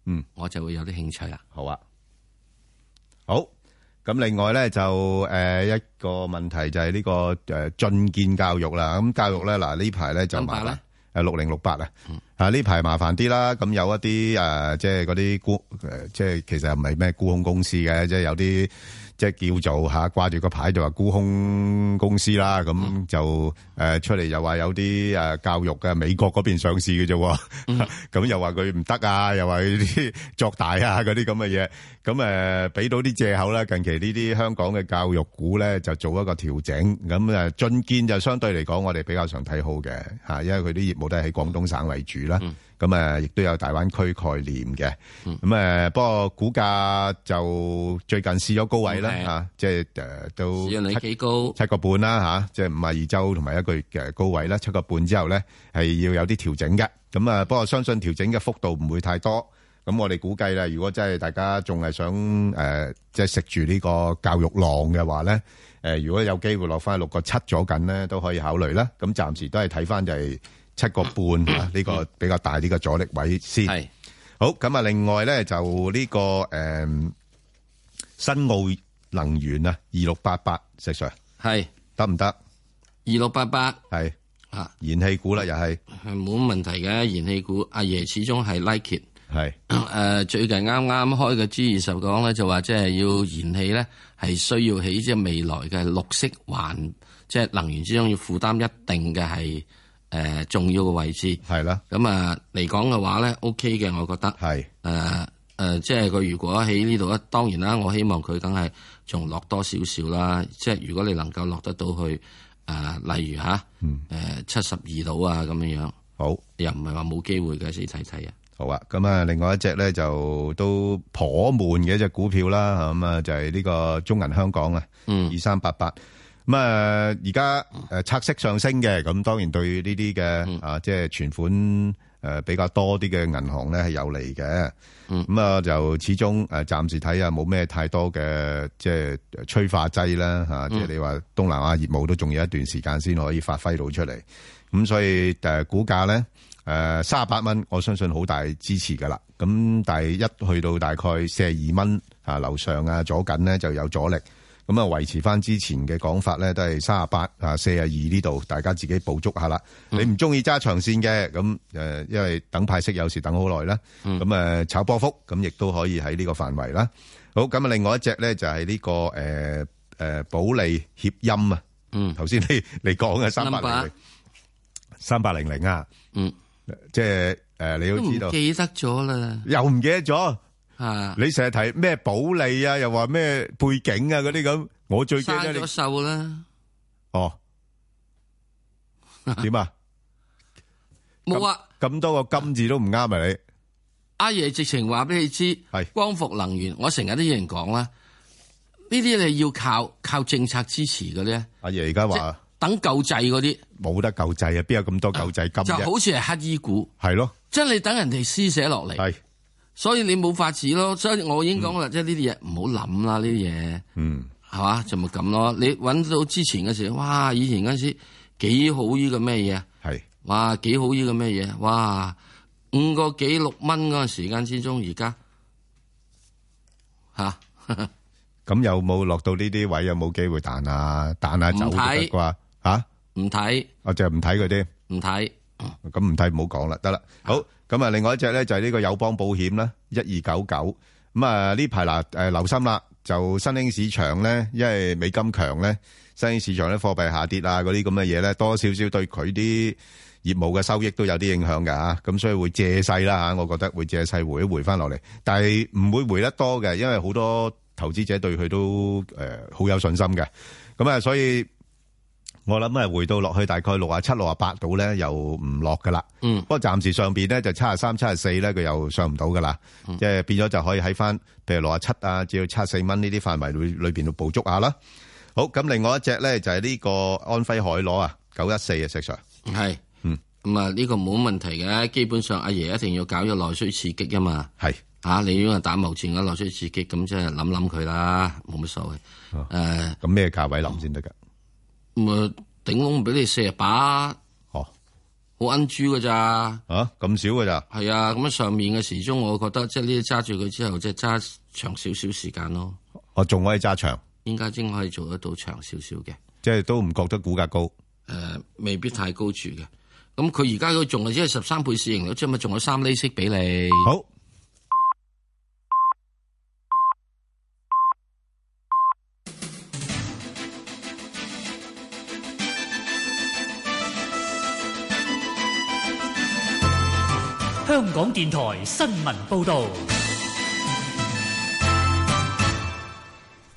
嗯，
我就會有啲興趣啦。
好啊，好。咁另外咧就誒一個問題就係呢個誒進建教育啦。咁教育咧嗱呢排咧就麻煩誒六零六八啊，啊呢排麻煩啲啦。咁有一啲誒即係嗰啲沽誒即係其實唔係咩沽空公司嘅，即係有啲即係叫做嚇掛住個牌就話沽空公司啦。咁就誒出嚟又話有啲誒教育嘅美國嗰邊上市嘅啫喎， 咁又話佢唔得啊，又話佢啲作大啊嗰啲咁嘅嘢。咁誒俾到啲借口啦。近期呢啲香港嘅教育股咧就做一個調整，咁誒呃進堅就相對嚟講，我哋比較常睇好嘅嚇，因為佢啲業務都係喺廣東省為主啦。咁誒亦都有大灣區概念嘅。咁誒不過股價就最近試咗高位啦
嗯
嚇，即係誒都
市盈率
七
幾高？
七個半啦吓，即係五廿二周同埋一個月嘅高位啦，七個半之後咧係要有啲調整嘅。咁啊，不過相信調整嘅幅度唔會太多。咁我哋估計啦，如果真係大家仲係想誒、呃即係食住呢個教育浪嘅話咧，誒、如果有機會落翻六個七咗緊咧，都可以考慮啦。咁暫時都係睇翻就係七個半嚇，呢、個比較大啲嘅阻力位先。係好咁啊，另外咧就呢、個誒、呃新奧能源啊，二六八八石 Sir
係
得唔得？二
六八八
係
啊，
燃氣股啦，又係
係冇問題嘅燃氣股，阿爺始終係 like it。
係
誒，最近啱啱開嘅 G 二十講咧，就話即係要燃氣咧，係需要喺即係未來嘅綠色環，即係能源之中要負擔一定嘅係誒重要嘅位置。
係啦，
咁啊嚟講嘅話咧，OK 嘅，我覺得
係
誒誒，即係佢如果喺呢度咧，當然啦，我希望佢梗係仲落多少少啦。即係如果你能夠落得到去誒、呃例如吓誒呃七十二度啊咁樣樣，
好
又唔係話冇機會嘅，先睇睇啊。
好啊。咁啊，另外一隻咧就都頗悶嘅一隻股票啦，咁啊就係呢個中銀香港啊，
嗯
二三八八。咁啊，而家誒拆息上升嘅，咁當然對呢啲
嗯
嘅啊，即係存款誒呃比較多啲嘅銀行咧係有利嘅。
嗯
咁啊，就始終誒暫時睇下冇咩太多嘅即係呃催化劑啦嚇，
嗯
即係你話東南亞業務都仲有一段時間先可以發揮到出嚟。咁所以誒股價咧誒呃三十八蚊，我相信好大支持噶啦。咁但係一去到大概四十二蚊啊樓上啊左緊咧就有阻力。咁啊維持翻之前嘅講法咧，都係三十八啊四十二呢度，大家自己捕捉下啦。
嗯
你唔中意揸長線嘅，咁誒因為等派息有時等好耐啦。
嗯
咁誒炒波幅，咁亦都可以喺呢個範圍啦。好，咁啊另外一隻咧就係呢個誒誒保利協鑫啊。
嗯，
頭先你你講嘅三百零
Number
零。三八零零啊，
嗯，
即系诶，呃你要
都
知
唔
道
記得咗啦。
又唔記得咗
啊！
你成日提咩保利啊，又話咩背景啊嗰啲咁，我最
生
驚咧
咗
你
瘦啦，
哦點啊？
冇啊！
咁多個金字都唔啱啊！你
阿爺直情話俾你知，光伏能源，我成日都有人講啦，呢啲你要靠靠政策支持嘅咧，
阿爺而家話
等救濟嗰啲
冇得救濟啊，邊有咁多救濟金
就
啫？
好似係乞衣股，
係咯，
即係你等人哋施捨落嚟。
係
所以你冇法子咯。所以我已經講啦，即係呢啲嘢唔好諗啦，呢啲嘢。
嗯，
係嘛，就咪咁咯。你揾到之前嘅時候，哇！以前嗰陣時幾好呢個咩嘢？
係
哇，幾好呢個咩嘢？哇，五個幾六蚊嗰陣時間之中，而家嚇
咁有冇落到呢啲位有冇機會彈啊？彈下走都得啩？吓？
唔睇，
我就係唔睇佢添，
唔睇。
咁唔睇唔好講啦，得啦。好，咁啊，另外一隻咧就係呢個友邦保險啦，一二九九。咁啊，呢排嗱誒留心啦，就新興市場咧，因為美金強咧，新興市場咧貨幣下跌啊，嗰啲咁嘅嘢咧，多少少對佢啲業務嘅收益都有啲影響㗎嚇。咁所以會借勢啦嚇，我覺得會借勢回一回翻落嚟，但係唔會回得多嘅，因為好多投資者對佢都誒好有信心嘅。咁啊，所以。我諗係回到落去大概六啊七、六啊八度咧，又唔落噶啦。
嗯，
不過暫時上邊咧就七啊三、七啊四咧，佢又上唔到噶啦。即係變咗就可以喺翻，譬如六啊七啊，至到七四蚊呢啲範圍裏裏邊度捕捉下啦。好，咁另外一隻咧就係呢個安徽海螺啊，九一四啊，石 Sir。
係，
嗯，
咁啊呢個冇問題嘅，基本上阿爺一定要搞咗內需刺激啊嘛。
係，
嚇你如果係打貿戰嘅內需刺激，咁即係諗諗佢啦，冇乜所謂。誒，
哦咁咩價位諗先得㗎？
咁啊，頂籠俾你四十把，
哦，
好恩豬噶咋？
啊，咁少噶咋？
係啊，咁啊上面嘅時鐘，我覺得即係呢啲揸住佢之後，即係揸長少少時間咯。
我仲可以揸長，
應該應該可以做得到長少少嘅。誒、
即係都唔覺得股價高。
呃未必太高住嘅。咁佢而家佢仲係即係十三倍市盈率，即係咪仲有三厘息俾你？
好。
香港電台新聞報導，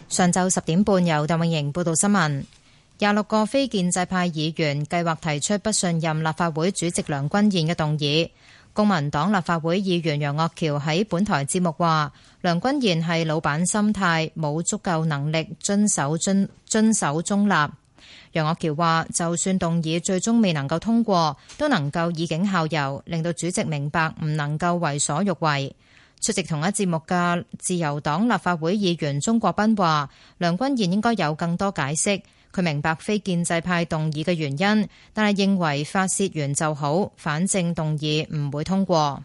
上晝十點半，由鄧永瑩報道新聞。廿六個非建制派議員計劃提出不信任立法會主席梁君彥嘅動議。公民黨立法會議員楊岳橋喺本台節目話：梁君彥係老闆心態，冇足夠能力遵守遵遵守中立。楊岳橋話：就算動議最終未能夠通過，都能夠以儆效尤，令到主席明白唔能夠為所欲為。出席同一節目嘅自由黨立法會議員鍾國斌話：梁君彥應該有更多解釋。佢明白非建制派動議嘅原因，但係認為發泄完就好，反正動議唔會通過。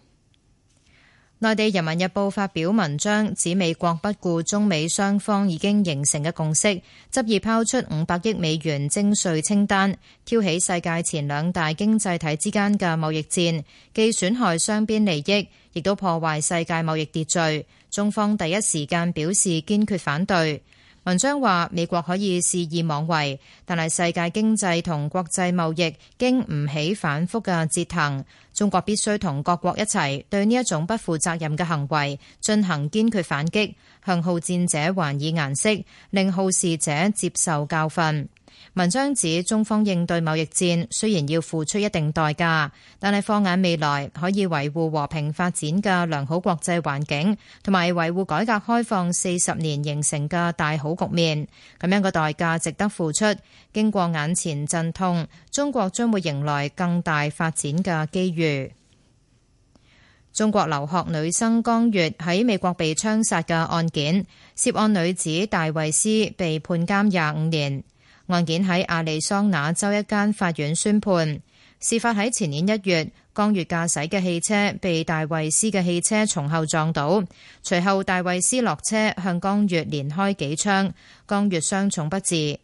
內地《人民日報》發表文章，指美國不顧中美雙方已經形成嘅共識，執意拋出五百億美元徵稅清單，挑起世界前兩大經濟體之間嘅貿易戰，既損害雙邊利益，亦都破壞世界貿易秩序。中方第一時間表示堅決反對。文章話美國可以肆意妄為，但係世界經濟同國際貿易經唔起反覆嘅折騰。中國必須同各國一齊對呢一種不負責任嘅行為進行堅決反擊，向好戰者還以顏色，令好事者接受教訓。文章指中方應對貿易戰雖然要付出一定代價，但係放眼未來可以維護和平發展嘅良好國際環境，同埋維護改革開放四十年形成嘅大好局面。咁樣嘅代價值得付出。經過眼前陣痛，中國將會迎來更大發展嘅機遇。中國留學女生江月喺美國被槍殺嘅案件，涉案女子戴維斯被判監廿五年。案件喺亞利桑那州一間法院宣判。事發喺前年一月，江月駕駛嘅汽車被戴維斯嘅汽車從後撞到，隨後戴維斯落車向江月連開幾槍，江月傷重不治。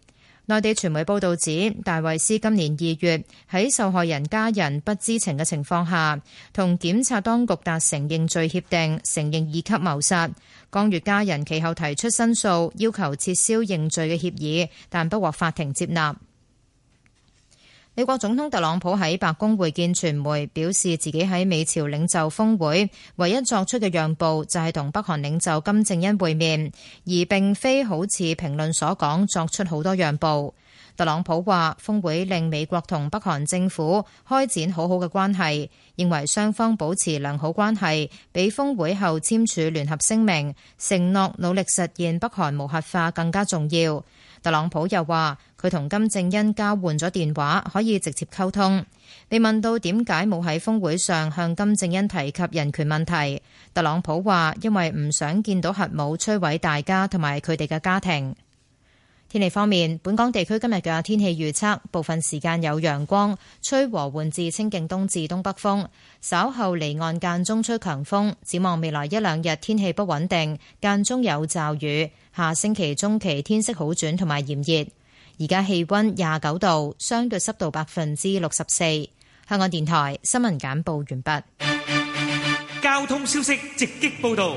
內地傳媒報道指，戴維斯今年二月喺受害人家人不知情嘅情況下，同檢察當局達成認罪協定，承認二級謀殺。江月家人其後提出申訴，要求撤銷認罪嘅協議，但不獲法庭接納。美國總統特朗普喺白宮會見傳媒，表示自己喺美朝領袖峰會唯一作出嘅讓步就係同北韓領袖金正恩會面，而並非好似評論所講作出好多讓步。特朗普話峰會令美國同北韓政府開展好好嘅關係，認為雙方保持良好關係，比峰會後簽署聯合聲明，承諾努力實現北韓無核化更加重要。特朗普又話佢同金正恩交換咗電話，可以直接溝通。被問到點解冇喺峰會上向金正恩提及人權問題，特朗普話因為唔想見到核武摧毀大家同埋佢哋嘅家庭。天氣方面，本港地區今日嘅天氣預測，部分時間有陽光，吹和緩至清勁東至東北風，稍後離岸間中吹強風。展望未來一兩日天氣不穩定，間中有驟雨。下星期中期天色好轉同埋炎熱。而家氣溫廿九度，相對濕度百分之六十四。香港電台新聞簡報完
畢。交通消息直擊報道。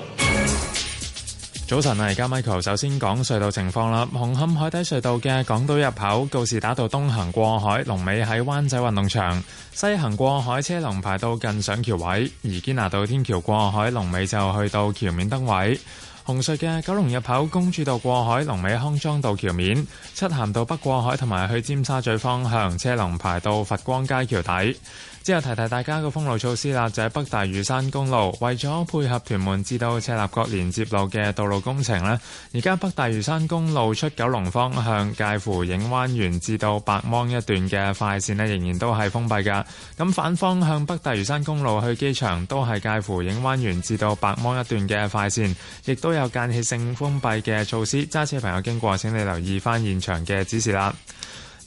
早晨啊，而家 Michael 首先講隧道情況啦。紅磡海底隧道嘅港島入口告士打道東行過海，龍尾喺灣仔運動場；西行過海車龍排到近上橋位。而堅拿道天橋過海龍尾就去到橋面燈位。紅隧嘅九龍入口公主道過海龍尾康莊道橋面，漆咸道北過海同埋去尖沙咀方向車龍排到佛光街橋底。之後提提大家個封路措施啦，就喺北大嶼山公路，為咗配合屯門至到赤鱲角連接路嘅道路工程呢，而家北大嶼山公路出九龍方向介乎影灣園至到白芒一段嘅快線呢，仍然都係封閉㗎。咁反方向北大嶼山公路去機場都係介乎影灣園至到白芒一段嘅快線，亦都有間歇性封閉嘅措施。揸車朋友經過，請你留意翻現場嘅指示啦。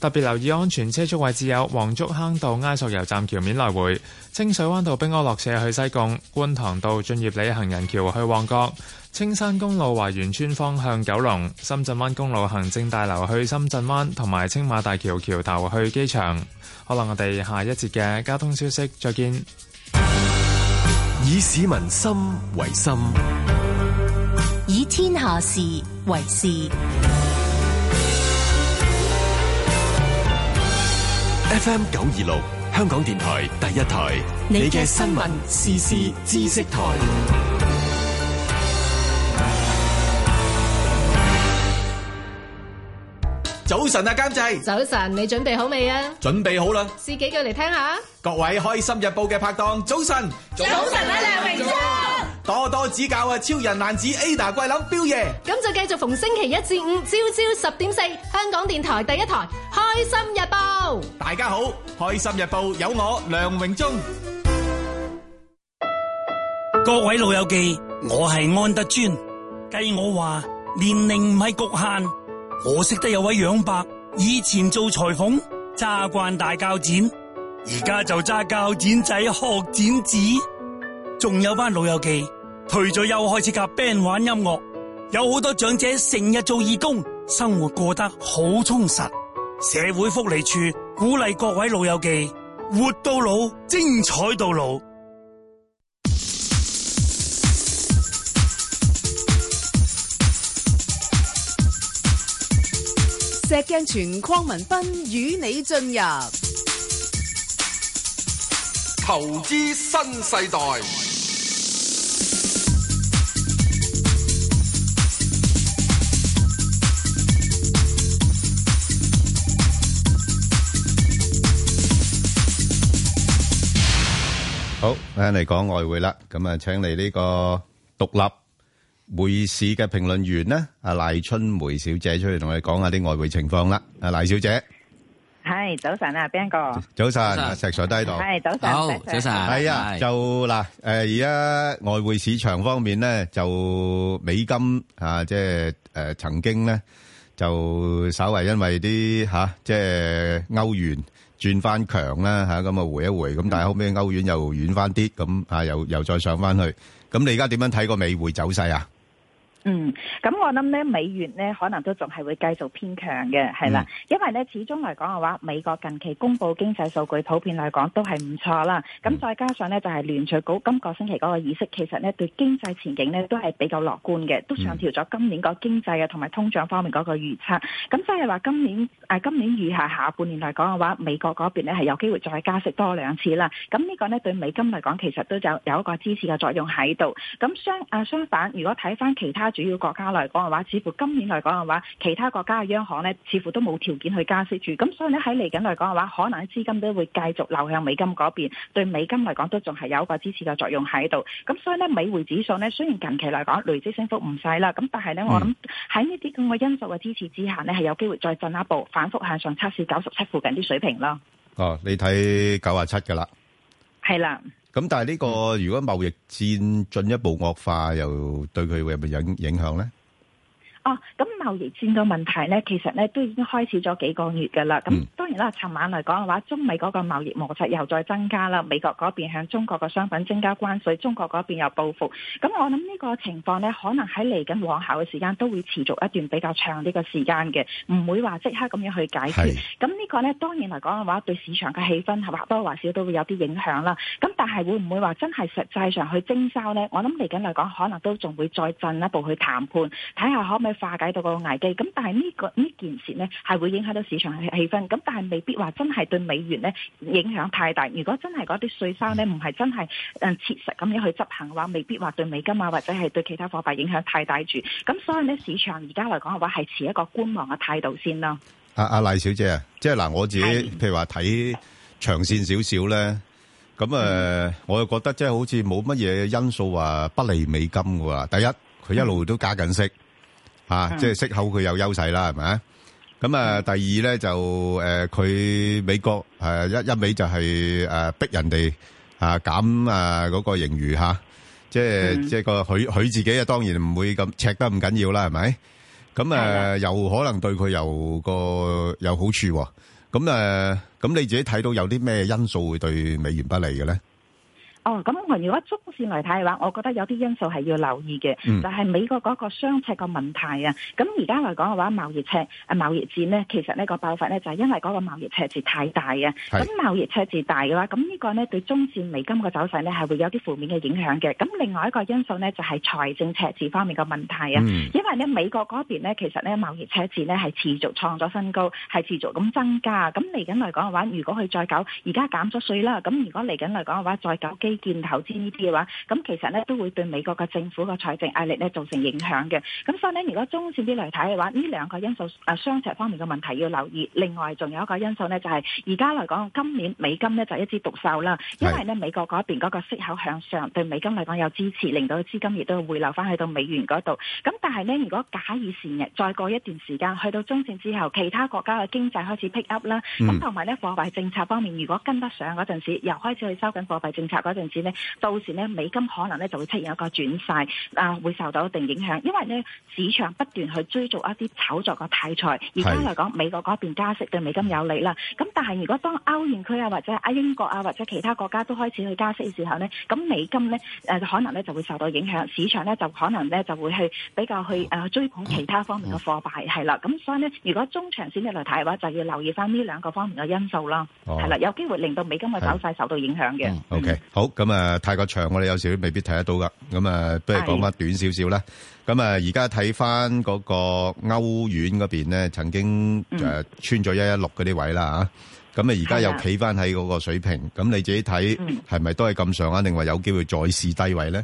特別留意安全車速位置有黃竹坑道埃索油站橋面來回、清水灣道冰柯落斜去西貢、觀塘道駿業里行人橋去旺角、青山公路華園村方向九龍、深圳灣公路行政大樓去深圳灣同埋青馬大橋橋頭去機場。可能我哋下一節嘅交通消息再見。
以市民心為心，
以天下事為事。
FM 九二六，香港電台第一台，你嘅新聞、時事、知識台。
早晨啊，監製。
早晨，你準備好未啊？
準備好啦。
試幾句嚟聽下。
各位《開心日報》嘅拍檔，早晨。
早晨啊，梁榮忠。
多多指教啊！超人爛子 Ada 桂林標爺，
咁就繼續逢星期一至五朝朝十點四，香港電台第一台《開心日報》。
大家好，《開心日報》有我梁榮忠。
各位老友記，我係安德尊。計我話年齡唔係局限，我識得有位楊伯，以前做裁縫，揸慣大鉸剪，而家就揸鉸剪仔學剪紙。仲有班老友記退咗休開始夾 band 玩音樂，有好多長者成日做義工，生活過得好充實。社會福利處鼓勵各位老友記活到老，精彩到老。
石鏡泉鄺民彬與你進入
投資新世代。
好，嚟講外匯啦，咁啊，請嚟呢個獨立匯市嘅評論員咧，阿賴春梅小姐出嚟同我哋講下啲外匯情況啦。阿賴小姐，
係早晨啊，Ben 哥，
早晨，阿石 Sir 喺度，
係早晨， 早
晨，
係啊，就嗱，誒，而家外匯市場方面咧，就美金啊，即係誒曾經咧就稍為因為啲吓，即係歐元。轉翻強啦嚇，咁啊回一回，咁但係後尾歐元又軟翻啲，咁啊又又再上翻去，咁你而家點樣睇個美匯走勢啊？
嗯，咁我諗咧，美元咧可能都仲係會繼續偏強嘅，係啦，因為咧始終嚟講嘅話，美國近期公布經濟數據普遍嚟講都係唔錯啦。咁再加上咧就係聯儲局今個星期嗰個議息，其實咧對經濟前景咧都係比較樂觀嘅，都上調咗今年個經濟啊同埋通脹方面嗰個預測。咁即係話今年誒、啊、今年餘下下半年嚟講嘅話，美國嗰邊咧係有機會再加息多兩次啦。咁呢個咧對美金嚟講其實都有有一個支持嘅作用喺度。咁相啊相反，如果睇翻其他主要國家嚟講嘅話，似乎今年嚟講嘅話，其他國家嘅央行咧，似乎都冇條件去加息住。咁所以咧喺嚟緊嚟講嘅話，可能資金都會繼續流向美金嗰邊，對美金嚟講都仲係有一個支持嘅作用喺度。咁所以咧美匯指數咧，雖然近期嚟講累積升幅唔細啦，咁但係咧我諗喺呢啲咁嘅因素嘅支持之下咧，係有機會再進一步反覆向上測試九十七附近啲水平咯。
哦，你睇九啊七噶啦。
係啦。
咁但係呢個如果貿易戰進一步惡化，又對佢會有冇影影響咧？
哦，咁貿易戰個問題咧，其實咧都已經開始咗幾個月㗎啦。咁當然啦，尋晚嚟講嘅話，中美嗰個貿易摩擦又再增加啦。美國嗰邊向中國嘅商品增加關稅，中國嗰邊又報復。咁我諗呢個情況咧，可能喺嚟緊往後嘅時間都會持續一段比較長啲嘅時間嘅，唔會話即刻咁樣去解決。咁呢個咧當然嚟講嘅話，對市場嘅氣氛或多或少都會有啲影響啦。咁但係會唔會話真係實際上去徵收咧？我諗嚟緊嚟講，可能都仲會再進一步去談判，睇下可唔可以。化解到個危機，咁但係呢個呢件事呢，係會影響到市場嘅氣氛，咁但係未必話真係對美元呢影響太大。如果真係嗰啲稅收呢，唔係真係誒切實咁樣去執行嘅話，未必話對美金啊或者係對其他貨幣影響太大住。咁所以呢，市場而家嚟講嘅話係持一個觀望嘅態度先啦。
阿阿賴小姐啊，即係嗱，我自己譬如話睇長線少少呢，咁誒、呃嗯、我又覺得即係好似冇乜嘢因素話不利美金嘅喎。第一，佢一路都加緊息。啊，即係息口佢有優勢啦，係咪？咁啊，第二咧就誒，佢美國誒一一味就係誒逼人哋啊減啊嗰個盈餘嚇，即係即係個佢佢自己啊，當然唔會咁赤得咁緊要啦，係咪？咁誒又可能對佢有個有好處喎。咁誒，咁你自己睇到有啲咩因素會對美元不利嘅咧？
哦，咁我如果中線嚟睇嘅話，我覺得有啲因素係要留意嘅，嗯、就係美國嗰個雙赤個問題啊。咁而家嚟講嘅話，貿易赤啊貿易戰呢，其實呢個爆發呢，就係因為嗰個貿易赤字太大啊。咁貿易赤字大嘅話，咁呢個呢對中線美金嘅走勢呢，係會有啲負面嘅影響嘅。咁另外一個因素呢，就係財政赤字方面嘅問題啊，嗯、因為呢美國嗰邊呢，其實呢貿易赤字呢係持續創咗新高，係持續咁增加。咁嚟緊嚟講嘅話，如果佢再搞，而家減咗稅啦，咁如果嚟緊嚟講嘅話再搞基基建投資呢啲嘅話，咁其實咧都會對美國嘅政府嘅財政啊壓力咧造成影響嘅。咁所以咧，如果中線啲嚟睇嘅話，呢兩個因素啊雙赤方面嘅問題要留意。另外仲有一個因素咧，就係而家嚟講，今年美金咧就一枝獨秀啦，因為咧美國嗰邊嗰個息口向上，對美金嚟講有支持，令到資金亦都回流翻去到美元嗰度。咁但係咧，如果假以時日，再過一段時間，去到中線之後，其他國家嘅經濟開始 pick up 啦，咁同埋咧貨幣政策方面，如果跟得上嗰陣時，又開始去收緊貨幣政策嗰陣。甚至咧，到時咧美金可能咧就會出現一個轉勢，啊會受到一定影響，因為咧市場不斷去追逐一啲炒作嘅題材。而家嚟講，美國嗰邊加息對美金有利啦。咁但係如果當歐元區啊，或者啊英國啊，或者其他國家都開始去加息嘅時候咧，咁美金咧誒可能咧就會受到影響，市場咧就可能咧就會去比較去誒追捧其他方面嘅貨幣係啦。咁所以咧，如果中長線嘅嚟睇嘅話，就要留意翻呢兩個方面嘅因素啦。係啦，有機會令到美金嘅走勢受到影響嘅。
OK，好。咁啊，太過長我哋有時未必睇得到噶。咁啊，不如講翻短少少啦。咁啊，而家睇翻嗰個歐元嗰邊咧，曾經誒穿咗一一六嗰啲位啦嚇。咁啊，而家又企翻喺嗰個水平。咁你自己睇係咪都係咁上啊？定話有機會再試低位咧？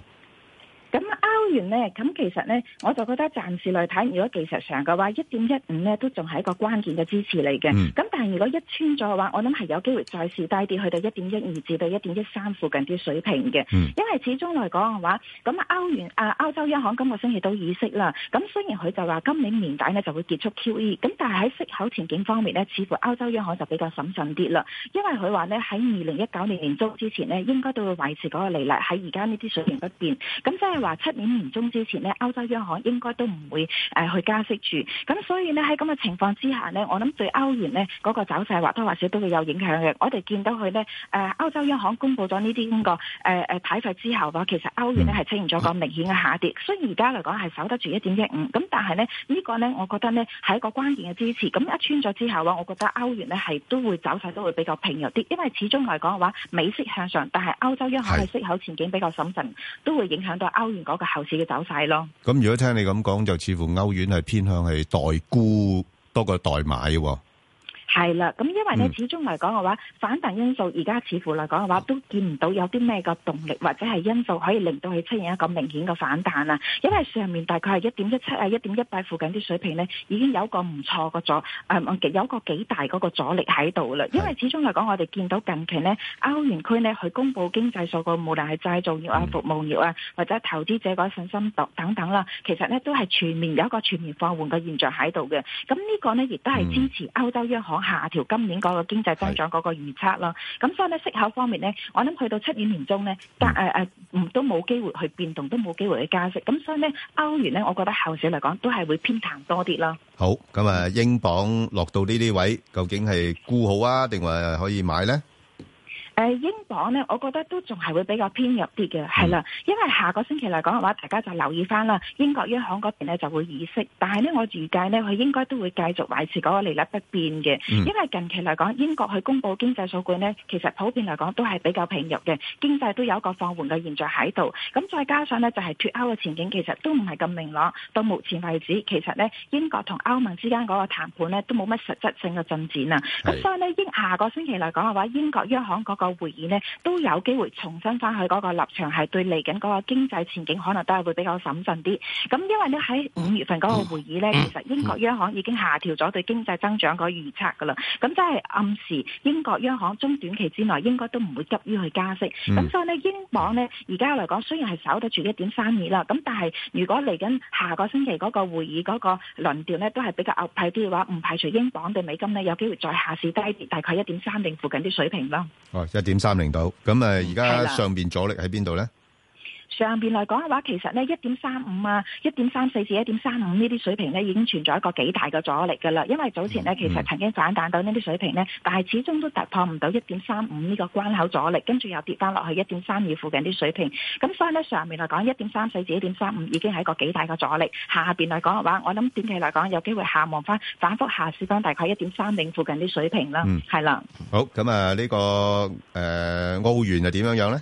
咁歐元咧，咁其實咧，我就覺得暫時嚟睇，如果技術上嘅話，一點一五咧都仲係一個關鍵嘅支持嚟嘅。咁、嗯、但係如果一穿咗嘅話，我諗係有機會再試低啲，去到一點一二至到一點一三附近啲水平嘅。嗯、因為始終嚟講嘅話，咁歐元啊，歐洲央行今個星期都議息啦。咁雖然佢就話今年年底呢就會結束 QE，咁但係喺息口前景方面呢，似乎歐洲央行就比較審慎啲啦。因為佢話呢，喺二零一九年年中之前呢，應該都會維持嗰個利率喺而家呢啲水平不變。咁即係話七年年中之前呢，歐洲央行應該都唔會誒、呃、去加息住，咁所以呢，喺咁嘅情況之下呢，我諗對歐元呢嗰、那個走勢或多或少都會有影響嘅。我哋見到佢呢，誒、呃、歐洲央行公布咗呢啲咁個呃誒誒睇法之後嘅話，其實歐元呢係出現咗個明顯嘅下跌。雖然而家嚟講係守得住一點一五，咁但係呢，呢、這個呢，我覺得呢係一個關鍵嘅支持。咁一穿咗之後嘅話，我覺得歐元呢係都會走勢都會比較平弱啲，因為始終嚟講嘅話，美息向上，但係歐洲央行嘅息口前景比較審慎，都會影響到歐元嗰個後市嘅走勢咯。
咁如果聽你咁講，就似乎歐元係偏向係代沽多過代買喎。
係啦，咁因為咧
嗯，
始終嚟講嘅話，反彈因素而家似乎嚟講嘅話，都見唔到有啲咩個動力或者係因素可以令到佢出現一個明顯嘅反彈啊。因為上面大概係一點一七啊、一點一八附近啲水平咧，已經有個唔錯嘅阻誒、嗯有個幾大嗰個阻力喺度啦。因為始終嚟講，我哋見到近期咧，歐元區咧佢公布經濟數據，無論係製造業啊、服務業啊，或者投資者嗰啲信心度等等啦，其實咧都係全面有一個全面放緩嘅現象喺度嘅。咁呢個呢，亦都係支持歐洲央行下調今年嗰個經濟增長嗰個預測咯。咁所以呢，息口方面呢，我諗去到七月年中呢，加誒誒，唔都冇機會去變動，都冇機會去加息。咁所以呢，歐元呢，我覺得後市嚟講都係會偏淡多啲咯。
呃好，咁啊，英鎊落到呢啲位，究竟係沽好啊，定話可以買呢？
誒、英鎊呢，我覺得都仲係會比較偏弱啲嘅，係啦，因為下個星期嚟講嘅話，大家就留意翻啦，英國央行嗰邊呢就會議息，但係呢，我預計呢，佢應該都會繼續維持嗰個利率不變嘅，
嗯
因為近期嚟講，英國佢公布經濟數據呢，其實普遍嚟講都係比較平弱嘅，經濟都有一個放緩嘅現象喺度，咁再加上呢，就係脱歐嘅前景其實都唔係咁明朗，到目前為止其實呢，英國同歐盟之間嗰個談判呢，都冇乜實質性嘅進展啊，咁所以呢，英下個星期嚟講嘅話，英國央行嗰個會議呢，都有機會重新翻去嗰個立場，係對嚟緊嗰個經濟前景可能都係會比較審慎啲。咁因為呢，喺五月份嗰個會議呢，其實英國央行已經下調咗對經濟增長個預測㗎啦。咁即係暗示英國央行中短期之內應該都唔會急於去加息。咁、
嗯
所以呢，英鎊呢，而家嚟講雖然係守得住一點三二啦，咁但係如果嚟緊下個星期嗰個會議嗰個論調呢，都係比較牛派啲嘅話，唔排除英鎊對美金呢，有機會再下試低啲，大概一點三零附近啲水平咯。
哦，1.30度。咁啊，而家
係啦。
上邊阻力喺邊度呢？
上邊嚟講嘅話，其實呢一點三五啊、一點三四至一點三五呢啲水平呢已經存在一個幾大嘅阻力㗎啦。因為早前呢，其實曾經反彈到呢啲水平呢，但係始終都突破唔到一點三五呢個關口阻力，跟住又跌翻落去一點三二附近啲水平。咁所以呢，上面嚟講一點三四至一點三五已經係一個幾大嘅阻力。下邊嚟講嘅話，我諗短期嚟講有機會下望翻反覆下試翻大概一點三零附近啲水平啦
嗯。
係啦、
好，咁啊，呢個，誒，澳元又點樣樣呢？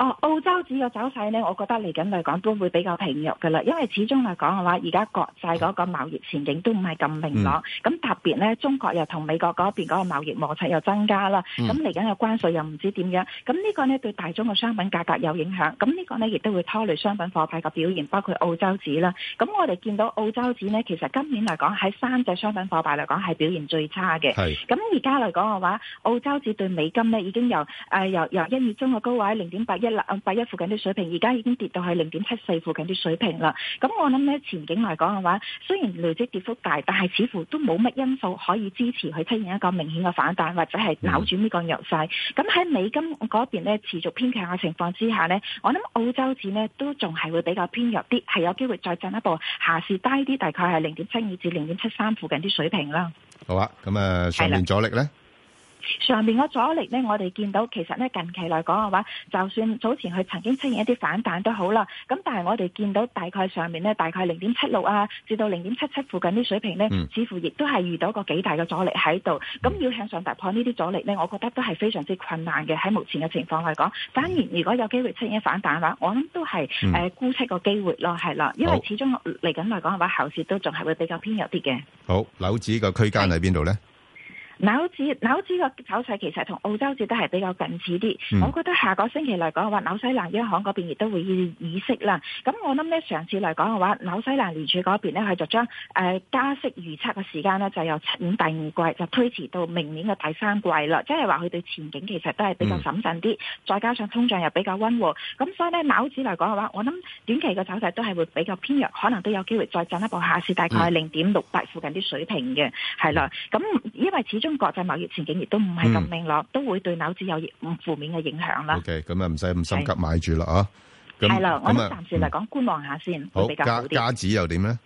哦，澳洲指嘅走勢呢，我覺得嚟緊嚟講都會比較平弱嘅啦，因為始終嚟講嘅話，而家國際嗰個貿易前景都唔係咁明朗，咁、特別呢，中國又同美國嗰邊嗰個貿易摩擦又增加啦，
嗯
咁嚟緊嘅關稅又唔知點樣，咁呢個呢對大宗嘅商品價格有影響，咁呢個呢亦都會拖累商品貨幣嘅表現，包括澳洲指啦。咁我哋見到澳洲指呢，其實今年嚟講喺三隻商品貨幣嚟講係表現最差嘅。
係
咁而家嚟講嘅話，澳洲指對美金咧已經由誒、呃由由一月中嘅高位零點八一啦，呃八一附近啲水平，而家已經跌到去零點七四附近啲水平啦。咁我諗咧前景嚟講嘅話，雖然累積跌幅大，但係似乎都冇乜因素可以支持佢出現一個明顯嘅反彈，或者係扭轉呢個弱勢。咁喺美金嗰邊咧持續偏強嘅情況之下呢，我諗澳洲指呢都仲係會比較偏弱啲，係有機會再進一步下試低啲，大概係零點七二至零點七三附近啲水平啦。
好啊，咁啊，上邊阻力呢？
上面嘅阻力呢，我哋見到其實呢近期嚟講嘅話，就算早前佢曾經出現一啲反彈都好啦，咁但係我哋見到大概上面呢，大概零點七六啊，至到零點七七附近啲水平呢，
嗯
似乎亦都係遇到個幾大嘅阻力喺度。咁要向上突破呢啲阻力呢，我覺得都係非常之困難嘅。喺目前嘅情況嚟講，反而如果有機會出現反彈嘅話，我諗都係
嗯
誒估出個機會咯，係啦，因
好
為始終嚟緊嚟講嘅話，後市都仲係會比較偏弱啲嘅。
好，樓指個區間喺邊度呢？
紐指紐指個走勢其實同澳洲指都係比較近似啲，
嗯
我覺得下個星期嚟講嘅話，紐西蘭央行嗰邊亦都會議息啦。咁我諗呢，上次嚟講嘅話，紐西蘭聯儲嗰邊呢，佢就將誒、呃加息預測嘅時間呢，就由七年第二季就推遲到明年嘅第三季啦，即係話佢對前景其實都係比
嗯
較審慎啲，再加上通脹又比較溫和，咁所以呢，紐指嚟講嘅話，我諗短期嘅走勢都係會比較偏弱，可能都有機會再進一步下試大概
嗯
零點六八附近啲水平嘅，係啦。咁因為始終國際貿易前景亦都唔係咁明朗，都會對樓指有唔負面嘅影響
嗯
啦。
OK，咁啊，唔使咁心急
係。
買住啦，啊。咁-
係啦，我
咁啊，
諗暫時嚟講觀望下先，會
好，
比較
加-
好啲。
加指又點呢？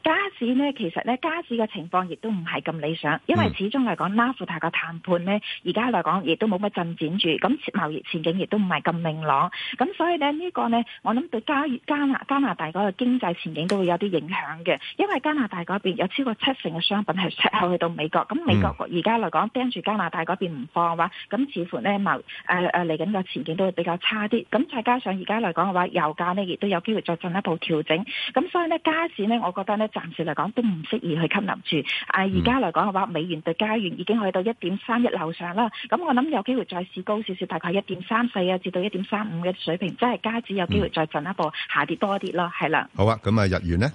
加市呢，其實呢，加市嘅情況亦都唔係咁理想，因為始終嚟講，拉夫達嘅談判呢，而家嚟講亦都冇乜進展住，咁貿易前景亦都唔係咁明朗，咁所以呢，呢、個呢，我諗對加加拿加拿大嗰個經濟前景都會有啲影響嘅，因為加拿大嗰邊有超過七成嘅商品係出口去到美國，咁美國而家嚟講盯住加拿大嗰邊唔放嘅話，咁似乎呢，貿誒誒嚟緊嘅前景都會比較差啲，咁再加上而家嚟講嘅話，油價呢亦都有機會再進一步調整。咁所以呢，加市呢，我覺得呢，咧，暫時嚟講都唔適宜去吸納住。啊，而家嚟講嘅話，美元對加元已經去到一點三一樓上啦。咁我諗有機會再試高少少，大概一點三四啊至到一點三五嘅水平，即係加指有機會再進一步下跌多啲咯，係啦。
好啊，咁啊日元咧，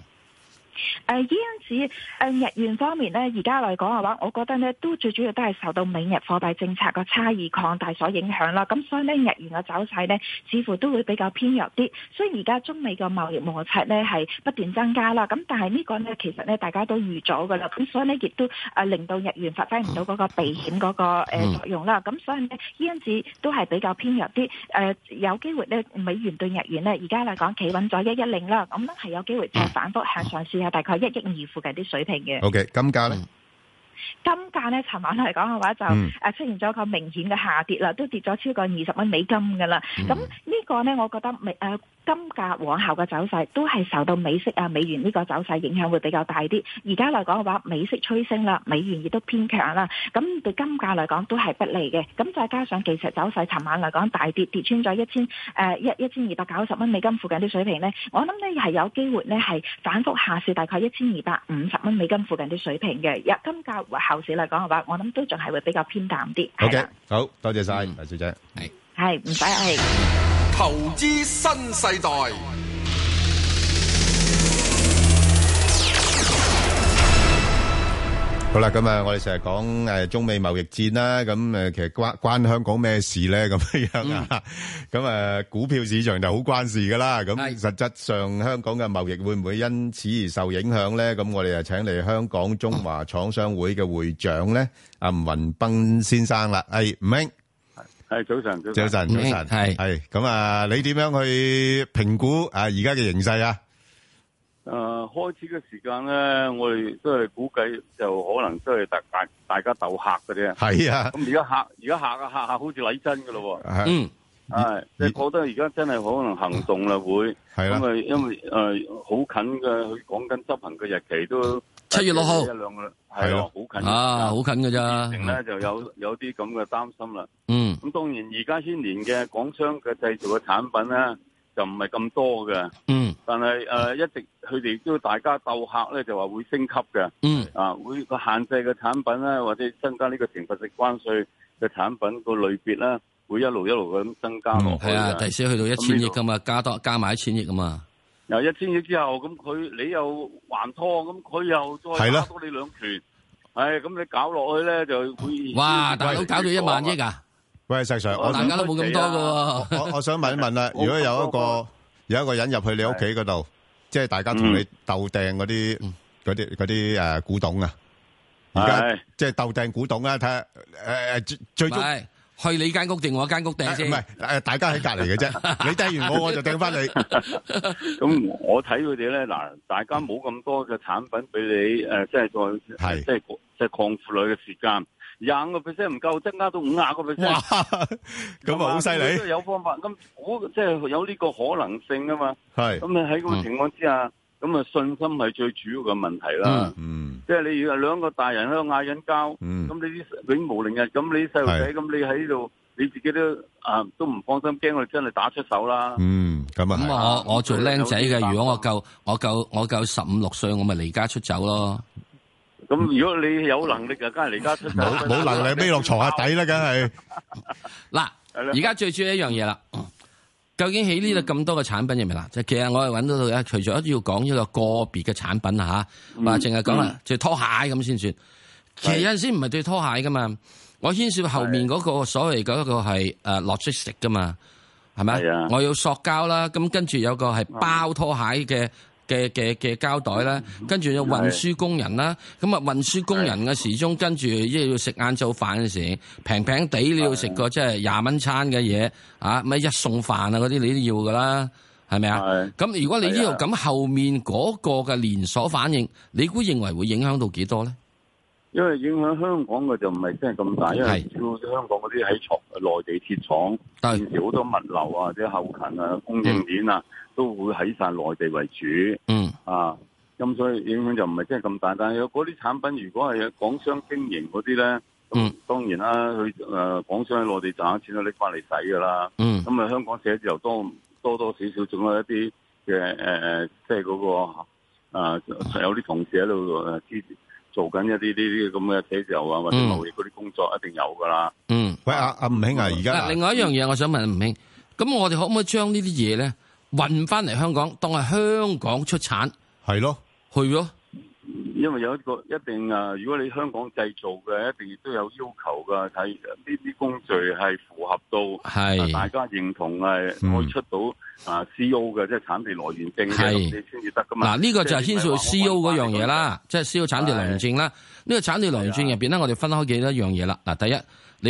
誒因此誒日元方面咧，而家嚟講嘅啊話，我覺得咧都最主要都係受到美日貨幣政策個差異擴大所影響啦。咁所以咧日元嘅走勢咧，似乎都會比較偏弱啲。所以而家中美嘅貿易摩擦咧係不斷增加啦。咁但係呢個咧其實咧大家都預咗㗎啦。咁所以咧亦都誒令到日元發揮唔到嗰個避險嗰個
嗯
誒作用啦。咁所以咧因此都係比較偏弱啲。誒有機會咧美元對日元咧而家嚟講企穩咗一一零啦。咁咧係有機會再反覆向上試。係大概一億二附近啲水平嘅。
嗯 OK，金價咧，
金價咧，尋晚嚟講嘅話就
嗯
誒出現咗一個明顯嘅下跌啦，都跌咗超過二十蚊美金㗎啦。
嗯
咁呢個咧，我覺得美誒金價往後嘅走勢都係受到美息啊美元呢個走勢影響會比較大啲。而家嚟講嘅話，美息趨升啦，美元亦都偏強啦，咁對金價嚟講都係不利嘅。咁再加上技術走勢，尋晚嚟講大跌，跌穿咗一千誒一一千二百九十蚊美金附近啲水平咧，我諗咧係有機會咧係反覆下試大概一千二百五十蚊美金附近啲水平嘅。入金價或後市嚟講嘅話，我諗都仲係會比較偏淡啲。係
OK，
啦
好多謝晒，大小姐。係
係唔使係。
投資新世代，
好啦，咁啊，我哋成日講誒中美貿易戰啦，咁誒其實關關香港咩事咧？咁樣啊，咁誒股票市場就好關事噶啦。咁實質上香港嘅貿易會唔會因此而受影響咧？咁我哋就請嚟香港中華廠商會嘅會長咧，阿吳雲斌先生啦。係吳兄，
係早晨，
早晨，早晨，係係咁啊，你點樣去評估啊而家嘅形勢啊？
誒、開始嘅時間咧，我哋都係估計就可能都係大大大家鬥客嘅啫。
係啊
咁而家客而家客啊客啊，好似禮真嘅咯
喎。
嗯，係即係覺得而家真係可能行動啦會。
係
啦，因為因為誒好、近嘅，佢講緊執行嘅日期都
七月六號
一兩個啦係咯，好近
啊，好近㗎
成咧
咋，
就有有啲咁嘅擔心啦。
嗯，
咁當然而家牽連嘅港商嘅製造嘅產品咧，就唔係咁多嘅。
嗯，
但係誒、呃一直佢哋都大家鬥客咧，就話會升級嘅。
嗯，
啊會個限制嘅產品咧，或者增加呢個懲罰性關税嘅產品個類別咧，會一路一路咁增加落去
係
嘅。
啊，第時去到一千億噶嘛，加多加埋一千億噶嘛，
由一千億之後，咁佢你又還拖，咁佢又再
係咯
打多你兩拳。係咁你搞落去咧，就會
哇，大佬搞到一萬億啊！
喂，石 Sir，我
大家都冇咁多噶
我我想問一 問啦，如果有一個有一個人入去你屋企嗰度，即係大家同你鬥掟嗰啲嗰啲嗰啲誒古董啊，而家即係鬥掟古董啊，睇下誒最最終
係去你間屋定我間屋掟先？
唔係誒，大家喺隔 離嘅啫，你掟完我我就掟翻你。
咁我睇佢哋咧，嗱，大家冇咁多嘅產品俾你，誒、呃即係再即係即係擴闊佢嘅時間，廿五個 percent 唔夠，增加到五廿個 percent，
咁啊好犀利
佢都有方法，咁我即係有呢個可能性啊嘛。
係
咁你喺咁嘅情況之下，咁啊信心係最主要嘅問題啦。
嗯，
即係你如果兩個大人喺度嗌緊交，咁、
嗯
你啲永無寧日，咁你啲細路仔，咁你喺呢度，你自己都啊都唔放心，驚佢真係打出手啦。
嗯，咁啊
咁我我做僆仔嘅，如果我夠我夠我夠十五六歲，我咪離家出走咯。
咁如果你有能力就梗係離家出走啦。
冇能力
孭落床下底啦，梗係。
嗱，而家最主要一樣嘢啦，嗯究竟喺呢度咁多嘅產品入面啦，就其實我係揾到到咧，除咗要講一個個別嘅產品啊嚇，
嗯
話淨係講啦
嗯，
就拖鞋咁先算。其實有陣時唔係對拖鞋噶嘛，我牽涉後面嗰個所謂嗰一個係誒 logistic 噶嘛，係咪啊？我要塑膠啦，咁跟住有個係包拖鞋嘅。嘅嘅嘅膠袋啦，跟住有運輸工人啦，咁啊運輸工人嘅時鐘跟住即係要食晏晝飯嘅時，平平地你要食個即係廿蚊餐嘅嘢啊，咪一餸飯啊嗰啲你都要噶啦，係咪啊？咁如果你呢度咁後面嗰個嘅連鎖反應，你估認為會影響到幾多咧？
因為影響香港嘅就唔係真係咁大，因為主要香港嗰啲喺廠內地鐵廠，現時好多物流啊、或者後勤啊、供應鏈啊，都會喺晒內地為主。
嗯
啊，咁所以影響就唔係真係咁大。但係有嗰啲產品，如果係港商經營嗰啲咧，
嗯
當然啦，佢誒、呃港商喺內地賺咗錢都拎翻嚟使噶啦。
嗯
咁啊香港寫字樓多多多少少仲有一啲嘅誒誒，即係嗰個誒、啊有啲同事喺度誒支做緊一啲呢啲咁嘅寫字樓啊或者
嗯
貿易嗰啲工作，一定有㗎啦。
嗯，
喂阿阿吳兄啊，而
嗱，
家
另外一樣嘢，我想問吳兄，咁我哋可唔可以將呢啲嘢咧運翻嚟香港，當係香港出產？
係咯，
去咯。
因為有一個一定啊，如果你香港製造嘅，一定都有要求噶，睇呢啲工序係符合到
係
啊大家認同係
嗯
可以出到啊 CO 嘅，即係產地來源證嘅，
係
咁你先至得噶嘛。
嗱，呢個就係
即
牽
係你唔
涉到 E
係話
C.O. 嗰樣嘢啦，即係 C.O. 產地來源證啦。呢個產地來源證入邊咧，我哋分開幾多樣嘢啦。嗱，第一，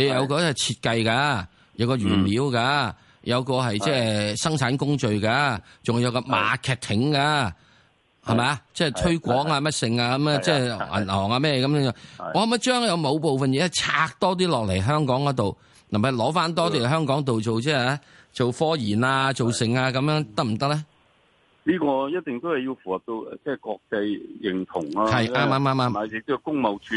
你有個係設計㗎，有個原料㗎，
嗯
有個係即係生產工序㗎，仲有個 marketing 㗎，係咪啊？即係推廣啊，乜剩啊，咁啊，即係銀行啊，咩咁樣。我可唔可以將有某部分嘢拆多啲落嚟香港嗰度，嗱咪攞翻多啲嚟香港度做即係啊做科研啊，做成啊咁樣得唔得咧？
呢個一定都係要符合到即係國際認同啦。
係啱啱啱啱
同埋亦都有公務處，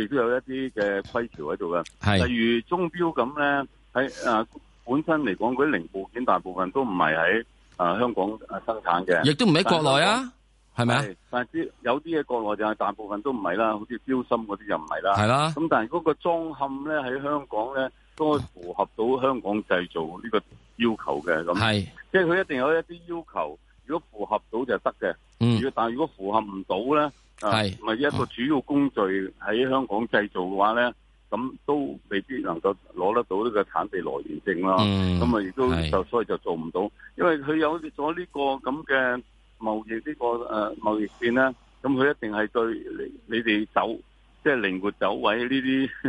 亦都有一啲嘅規條喺度嘅。
係
例如鐘錶咁咧，喺啊本身嚟講，嗰啲零部件大部分都唔係喺啊香港啊生產嘅，
亦都唔喺國內啊，係咪啊？
但係啲有啲嘢國內就係大部分都唔係啦，好似標心嗰啲就唔係啦。
係啦
咁但係嗰個裝嵌咧喺香港咧都符合到香港製造呢個要求嘅咁。
係
即係佢一定有一啲要求，如果符合到就得嘅。
嗯
如果但係如果符合唔到咧，啊
係
咪一個主要工序喺香港製造嘅話咧，咁都未必能夠攞得到呢個產地來源證啦。
嗯
咁啊，亦都
係
就所以就做唔到，因為佢有咗呢個咁嘅貿易呢、個誒、呃、貿易戰咧，咁佢一定係對你你哋走即係靈活走位呢啲，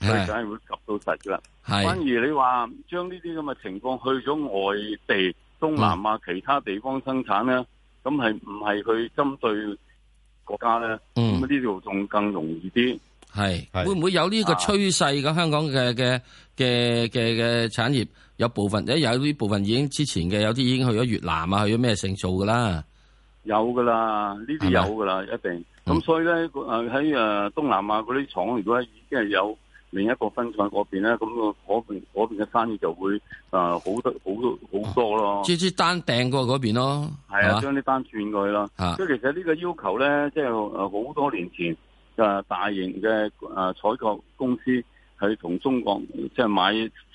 所以梗係會及到實㗎啦。
係
反而你話將呢啲咁嘅情況去咗外地、東南
嗯
亞其他地方生產咧，咁係唔係佢針對國家咧？
嗯
咁呢度仲更容易啲。
係會唔會有呢個趨勢咁？香港嘅嘅嘅嘅嘅產業有部分，有啲部分已經之前嘅，有啲已經去咗越南啊，去咗咩城做噶啦。
有噶啦，呢啲有噶啦，一定。
嗯
咁所以咧，誒喺誒東南亞嗰啲廠，如果已經係有另一個分廠嗰邊咧，咁個嗰邊嗰邊嘅生意就會誒好得好多好多咯。
即係單訂過嗰邊咯，
哦係啊，
嘛
將啲單轉過去啦。
啊
即係其實呢個要求咧，即係誒好多年前誒大型嘅誒採購公司係同中國即係買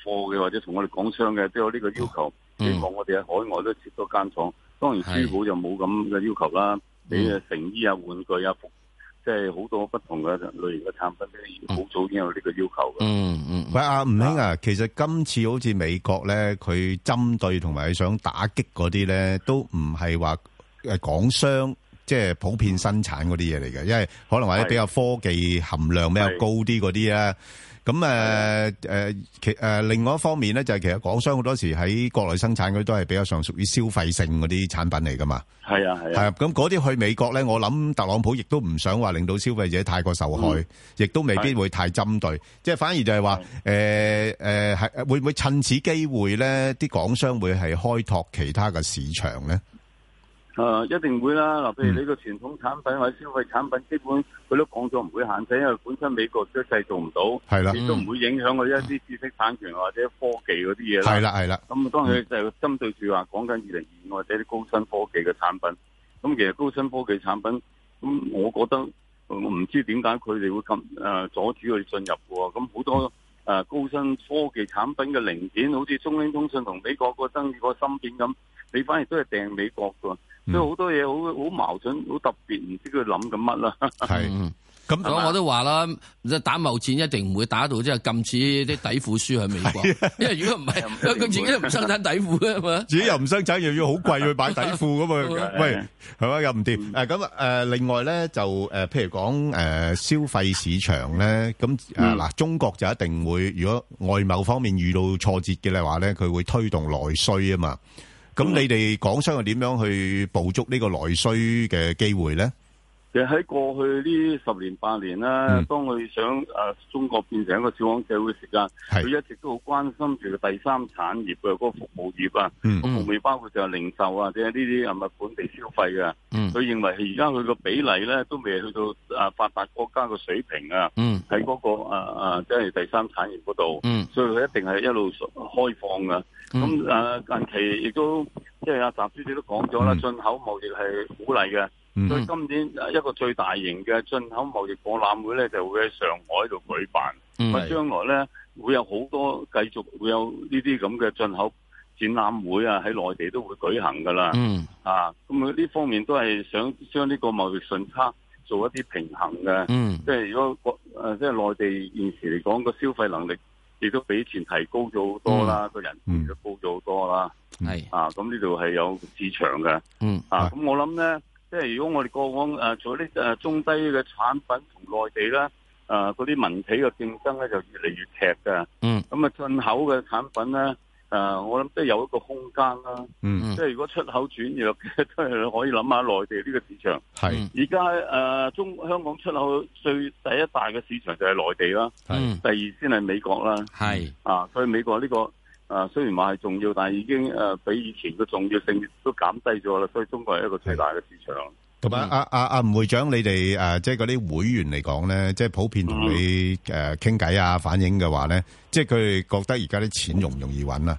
貨嘅，或者同我哋港商嘅都有呢個要求，希望我哋喺海外都設多間廠。當然
嗯係
珠寶就冇咁嘅要求啦，你
嗯
嘅成衣啊、玩具啊、服即係好多不同嘅類型嘅產品咧，好早已經有呢個要求嘅。
嗯嗯。
喂，阿吳兄啊，其實今次好似美國咧，佢針對同埋佢想打擊嗰啲咧，都唔係話誒港商即係普遍生產嗰啲嘢嚟嘅，因為可能或者比較科技含量比較高啲嗰啲啊。咁誒誒，其誒另外一方面咧，就係其實港商好多時喺國內生產嗰啲都係比較上屬於消費性嗰啲產品嚟噶嘛。
係啊，係
係
啊
啊，。咁嗰啲去美國咧，我諗特朗普亦都唔想話令到消費者太過受害
嗯，
亦都未必會太針對，即係反而就係話誒誒係會唔會趁此機會咧，啲港商會係開拓其他嘅市場咧？
誒、呃一定會啦！嗱，
嗯
譬如你個傳統產品或者消費產品，基本佢都講咗唔會限制，因為本身美國都製造唔到，
係啦嗯
亦都唔會影響佢一啲知識產權或者科技嗰啲嘢啦。
係啦係啦嗯
咁當佢就針對住話講緊二零二五或者啲高新科技嘅產品。咁其實高新科技產品，咁我覺得呃唔知點解佢哋會咁誒、呃阻止佢進入喎。咁好多誒、呃高新科技產品嘅零件，好似中興通訊同美國個爭議個芯片咁，你反而都係訂美國㗎喎。所以好多嘢好好矛盾，好特別，唔知佢諗緊乜啦。
係咁，
所以我都話啦，打貿戰一定唔會打到即係禁止啲底褲輸去美國，
啊
因為如果唔係， 佢自己都唔生產底褲啊嘛。！
自己又唔生產，又要好貴去買底褲咁啊 喂，係咪又唔掂？誒咁誒，另外咧就誒，譬如講誒消費市場咧，咁誒嗱，中國就一定會，如果外貿方面遇到挫折嘅話咧，佢會推動內需啊嘛。咁你哋港商又點樣去捕捉呢個內需嘅機會咧？
其實喺過去呢十年八年啦，當佢想誒、呃中國變成一個小康社會時間，佢一直都好關心住個第三產業嘅嗰個服務業啊，
嗯
個服務業包括就係零售啊，或者呢啲係咪本地消費啊嘅？佢、
嗯
認為而家佢個比例咧都未去到誒、呃、發達國家嘅水平啊，
嗯
喺嗰、個誒、呃呃即係第三產業嗰度，
嗯
所以佢一定係一路開放噶。咁啊誒、
嗯
呃近期亦都即係阿習主席都講咗啦，進口貿易係鼓勵嘅。
嗯
所以今年呃一個最大型嘅進口貿易博覽會咧，就會喺上海度舉辦。
嗯
咁將來咧會有好多繼續會有呢啲咁嘅進口展覽會啊，喺內地都會舉行噶啦。
嗯
啊，咁佢呢方面都係想將呢個貿易順差做一啲平衡嘅。
嗯
即係如果國誒、呃即係內地現時嚟講個消費能力亦都比以前提高咗好多
嗯
啦，個、人亦都高咗好多啦。
係
啊，咁呢度係有市場嘅。
嗯
啊，咁我諗咧，即係如果我哋過往誒、呃、做啲誒、呃中低嘅產品同內地咧，誒嗰啲民企嘅競爭咧就越嚟越劇嘅。
嗯
咁啊，進口嘅產品咧，誒、我諗都有一個空間啦。
嗯
即係如果出口轉弱嘅，都係可以諗下內地呢個市場。
係
而家誒呃中香港出口最第一大嘅市場就係內地啦，
嗯
第二先係美國啦。
係
啊，所以美國呢、個誒雖然話係重要，但係已經誒、比以前嘅重要性都減低咗啦。所以中國係一個最大嘅市場。
同埋阿阿阿啊吳會長，你哋诶，即係嗰啲會員嚟講咧，即係普遍同你诶傾偈啊、反映嘅話咧，即係佢哋覺得而家啲錢容唔容易揾啊？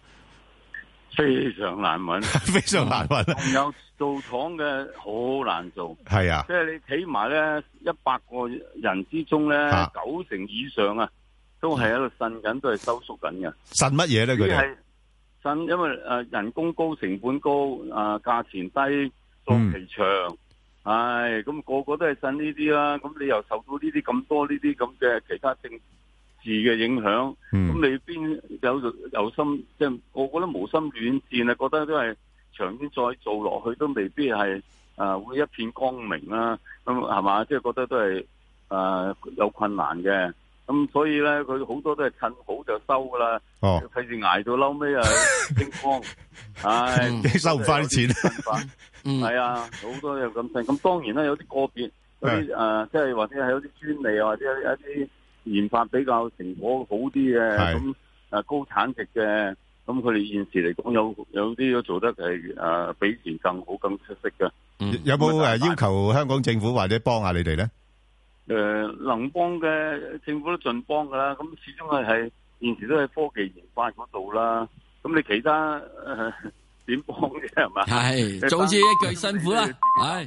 非常難揾，
非常難
仲
揾
有做廠嘅好難做，
係啊
即係你起埋咧一百個人之中咧，
啊
九成以上啊，都係喺度呻緊，都係收縮緊嘅。
信乜嘢咧？
呢
佢哋
係新，因為诶、呃人工高、成本高、啊、價錢低、到
嗯
期長，唉、咁、個個都係信呢啲啦。咁你又受到呢啲咁多呢啲咁嘅其他政治嘅影響，咁、
嗯
你邊有有心即係個個都無心戀戰啊？覺得都係長遠再做落去都未必係诶、呃、會一片光明啦。咁係嘛？即係覺得都係。誒、有困難嘅。咁所以咧，佢好多都係趁好就收噶啦，
哦
費事捱到嬲尾啊， 清光，唉，
收唔返啲錢
錢，係啊，好多有咁性。咁當然啦，有啲個別有啲誒、即係或者係有啲專利啊，或者有一啲研發比較成果好啲嘅，
係
咁誒、高產值嘅，咁佢哋現時嚟講有有啲都做得係誒、呃比以前更好、更出色嘅。
有冇诶要求香港政府或者幫下你哋咧？
誒、呃能幫嘅政府都盡幫㗎啦。咁始終係係現時都係科技研發嗰度啦。咁你呃 其他誒點、幫啫係嘛？
係，早知一句辛苦啦，唉。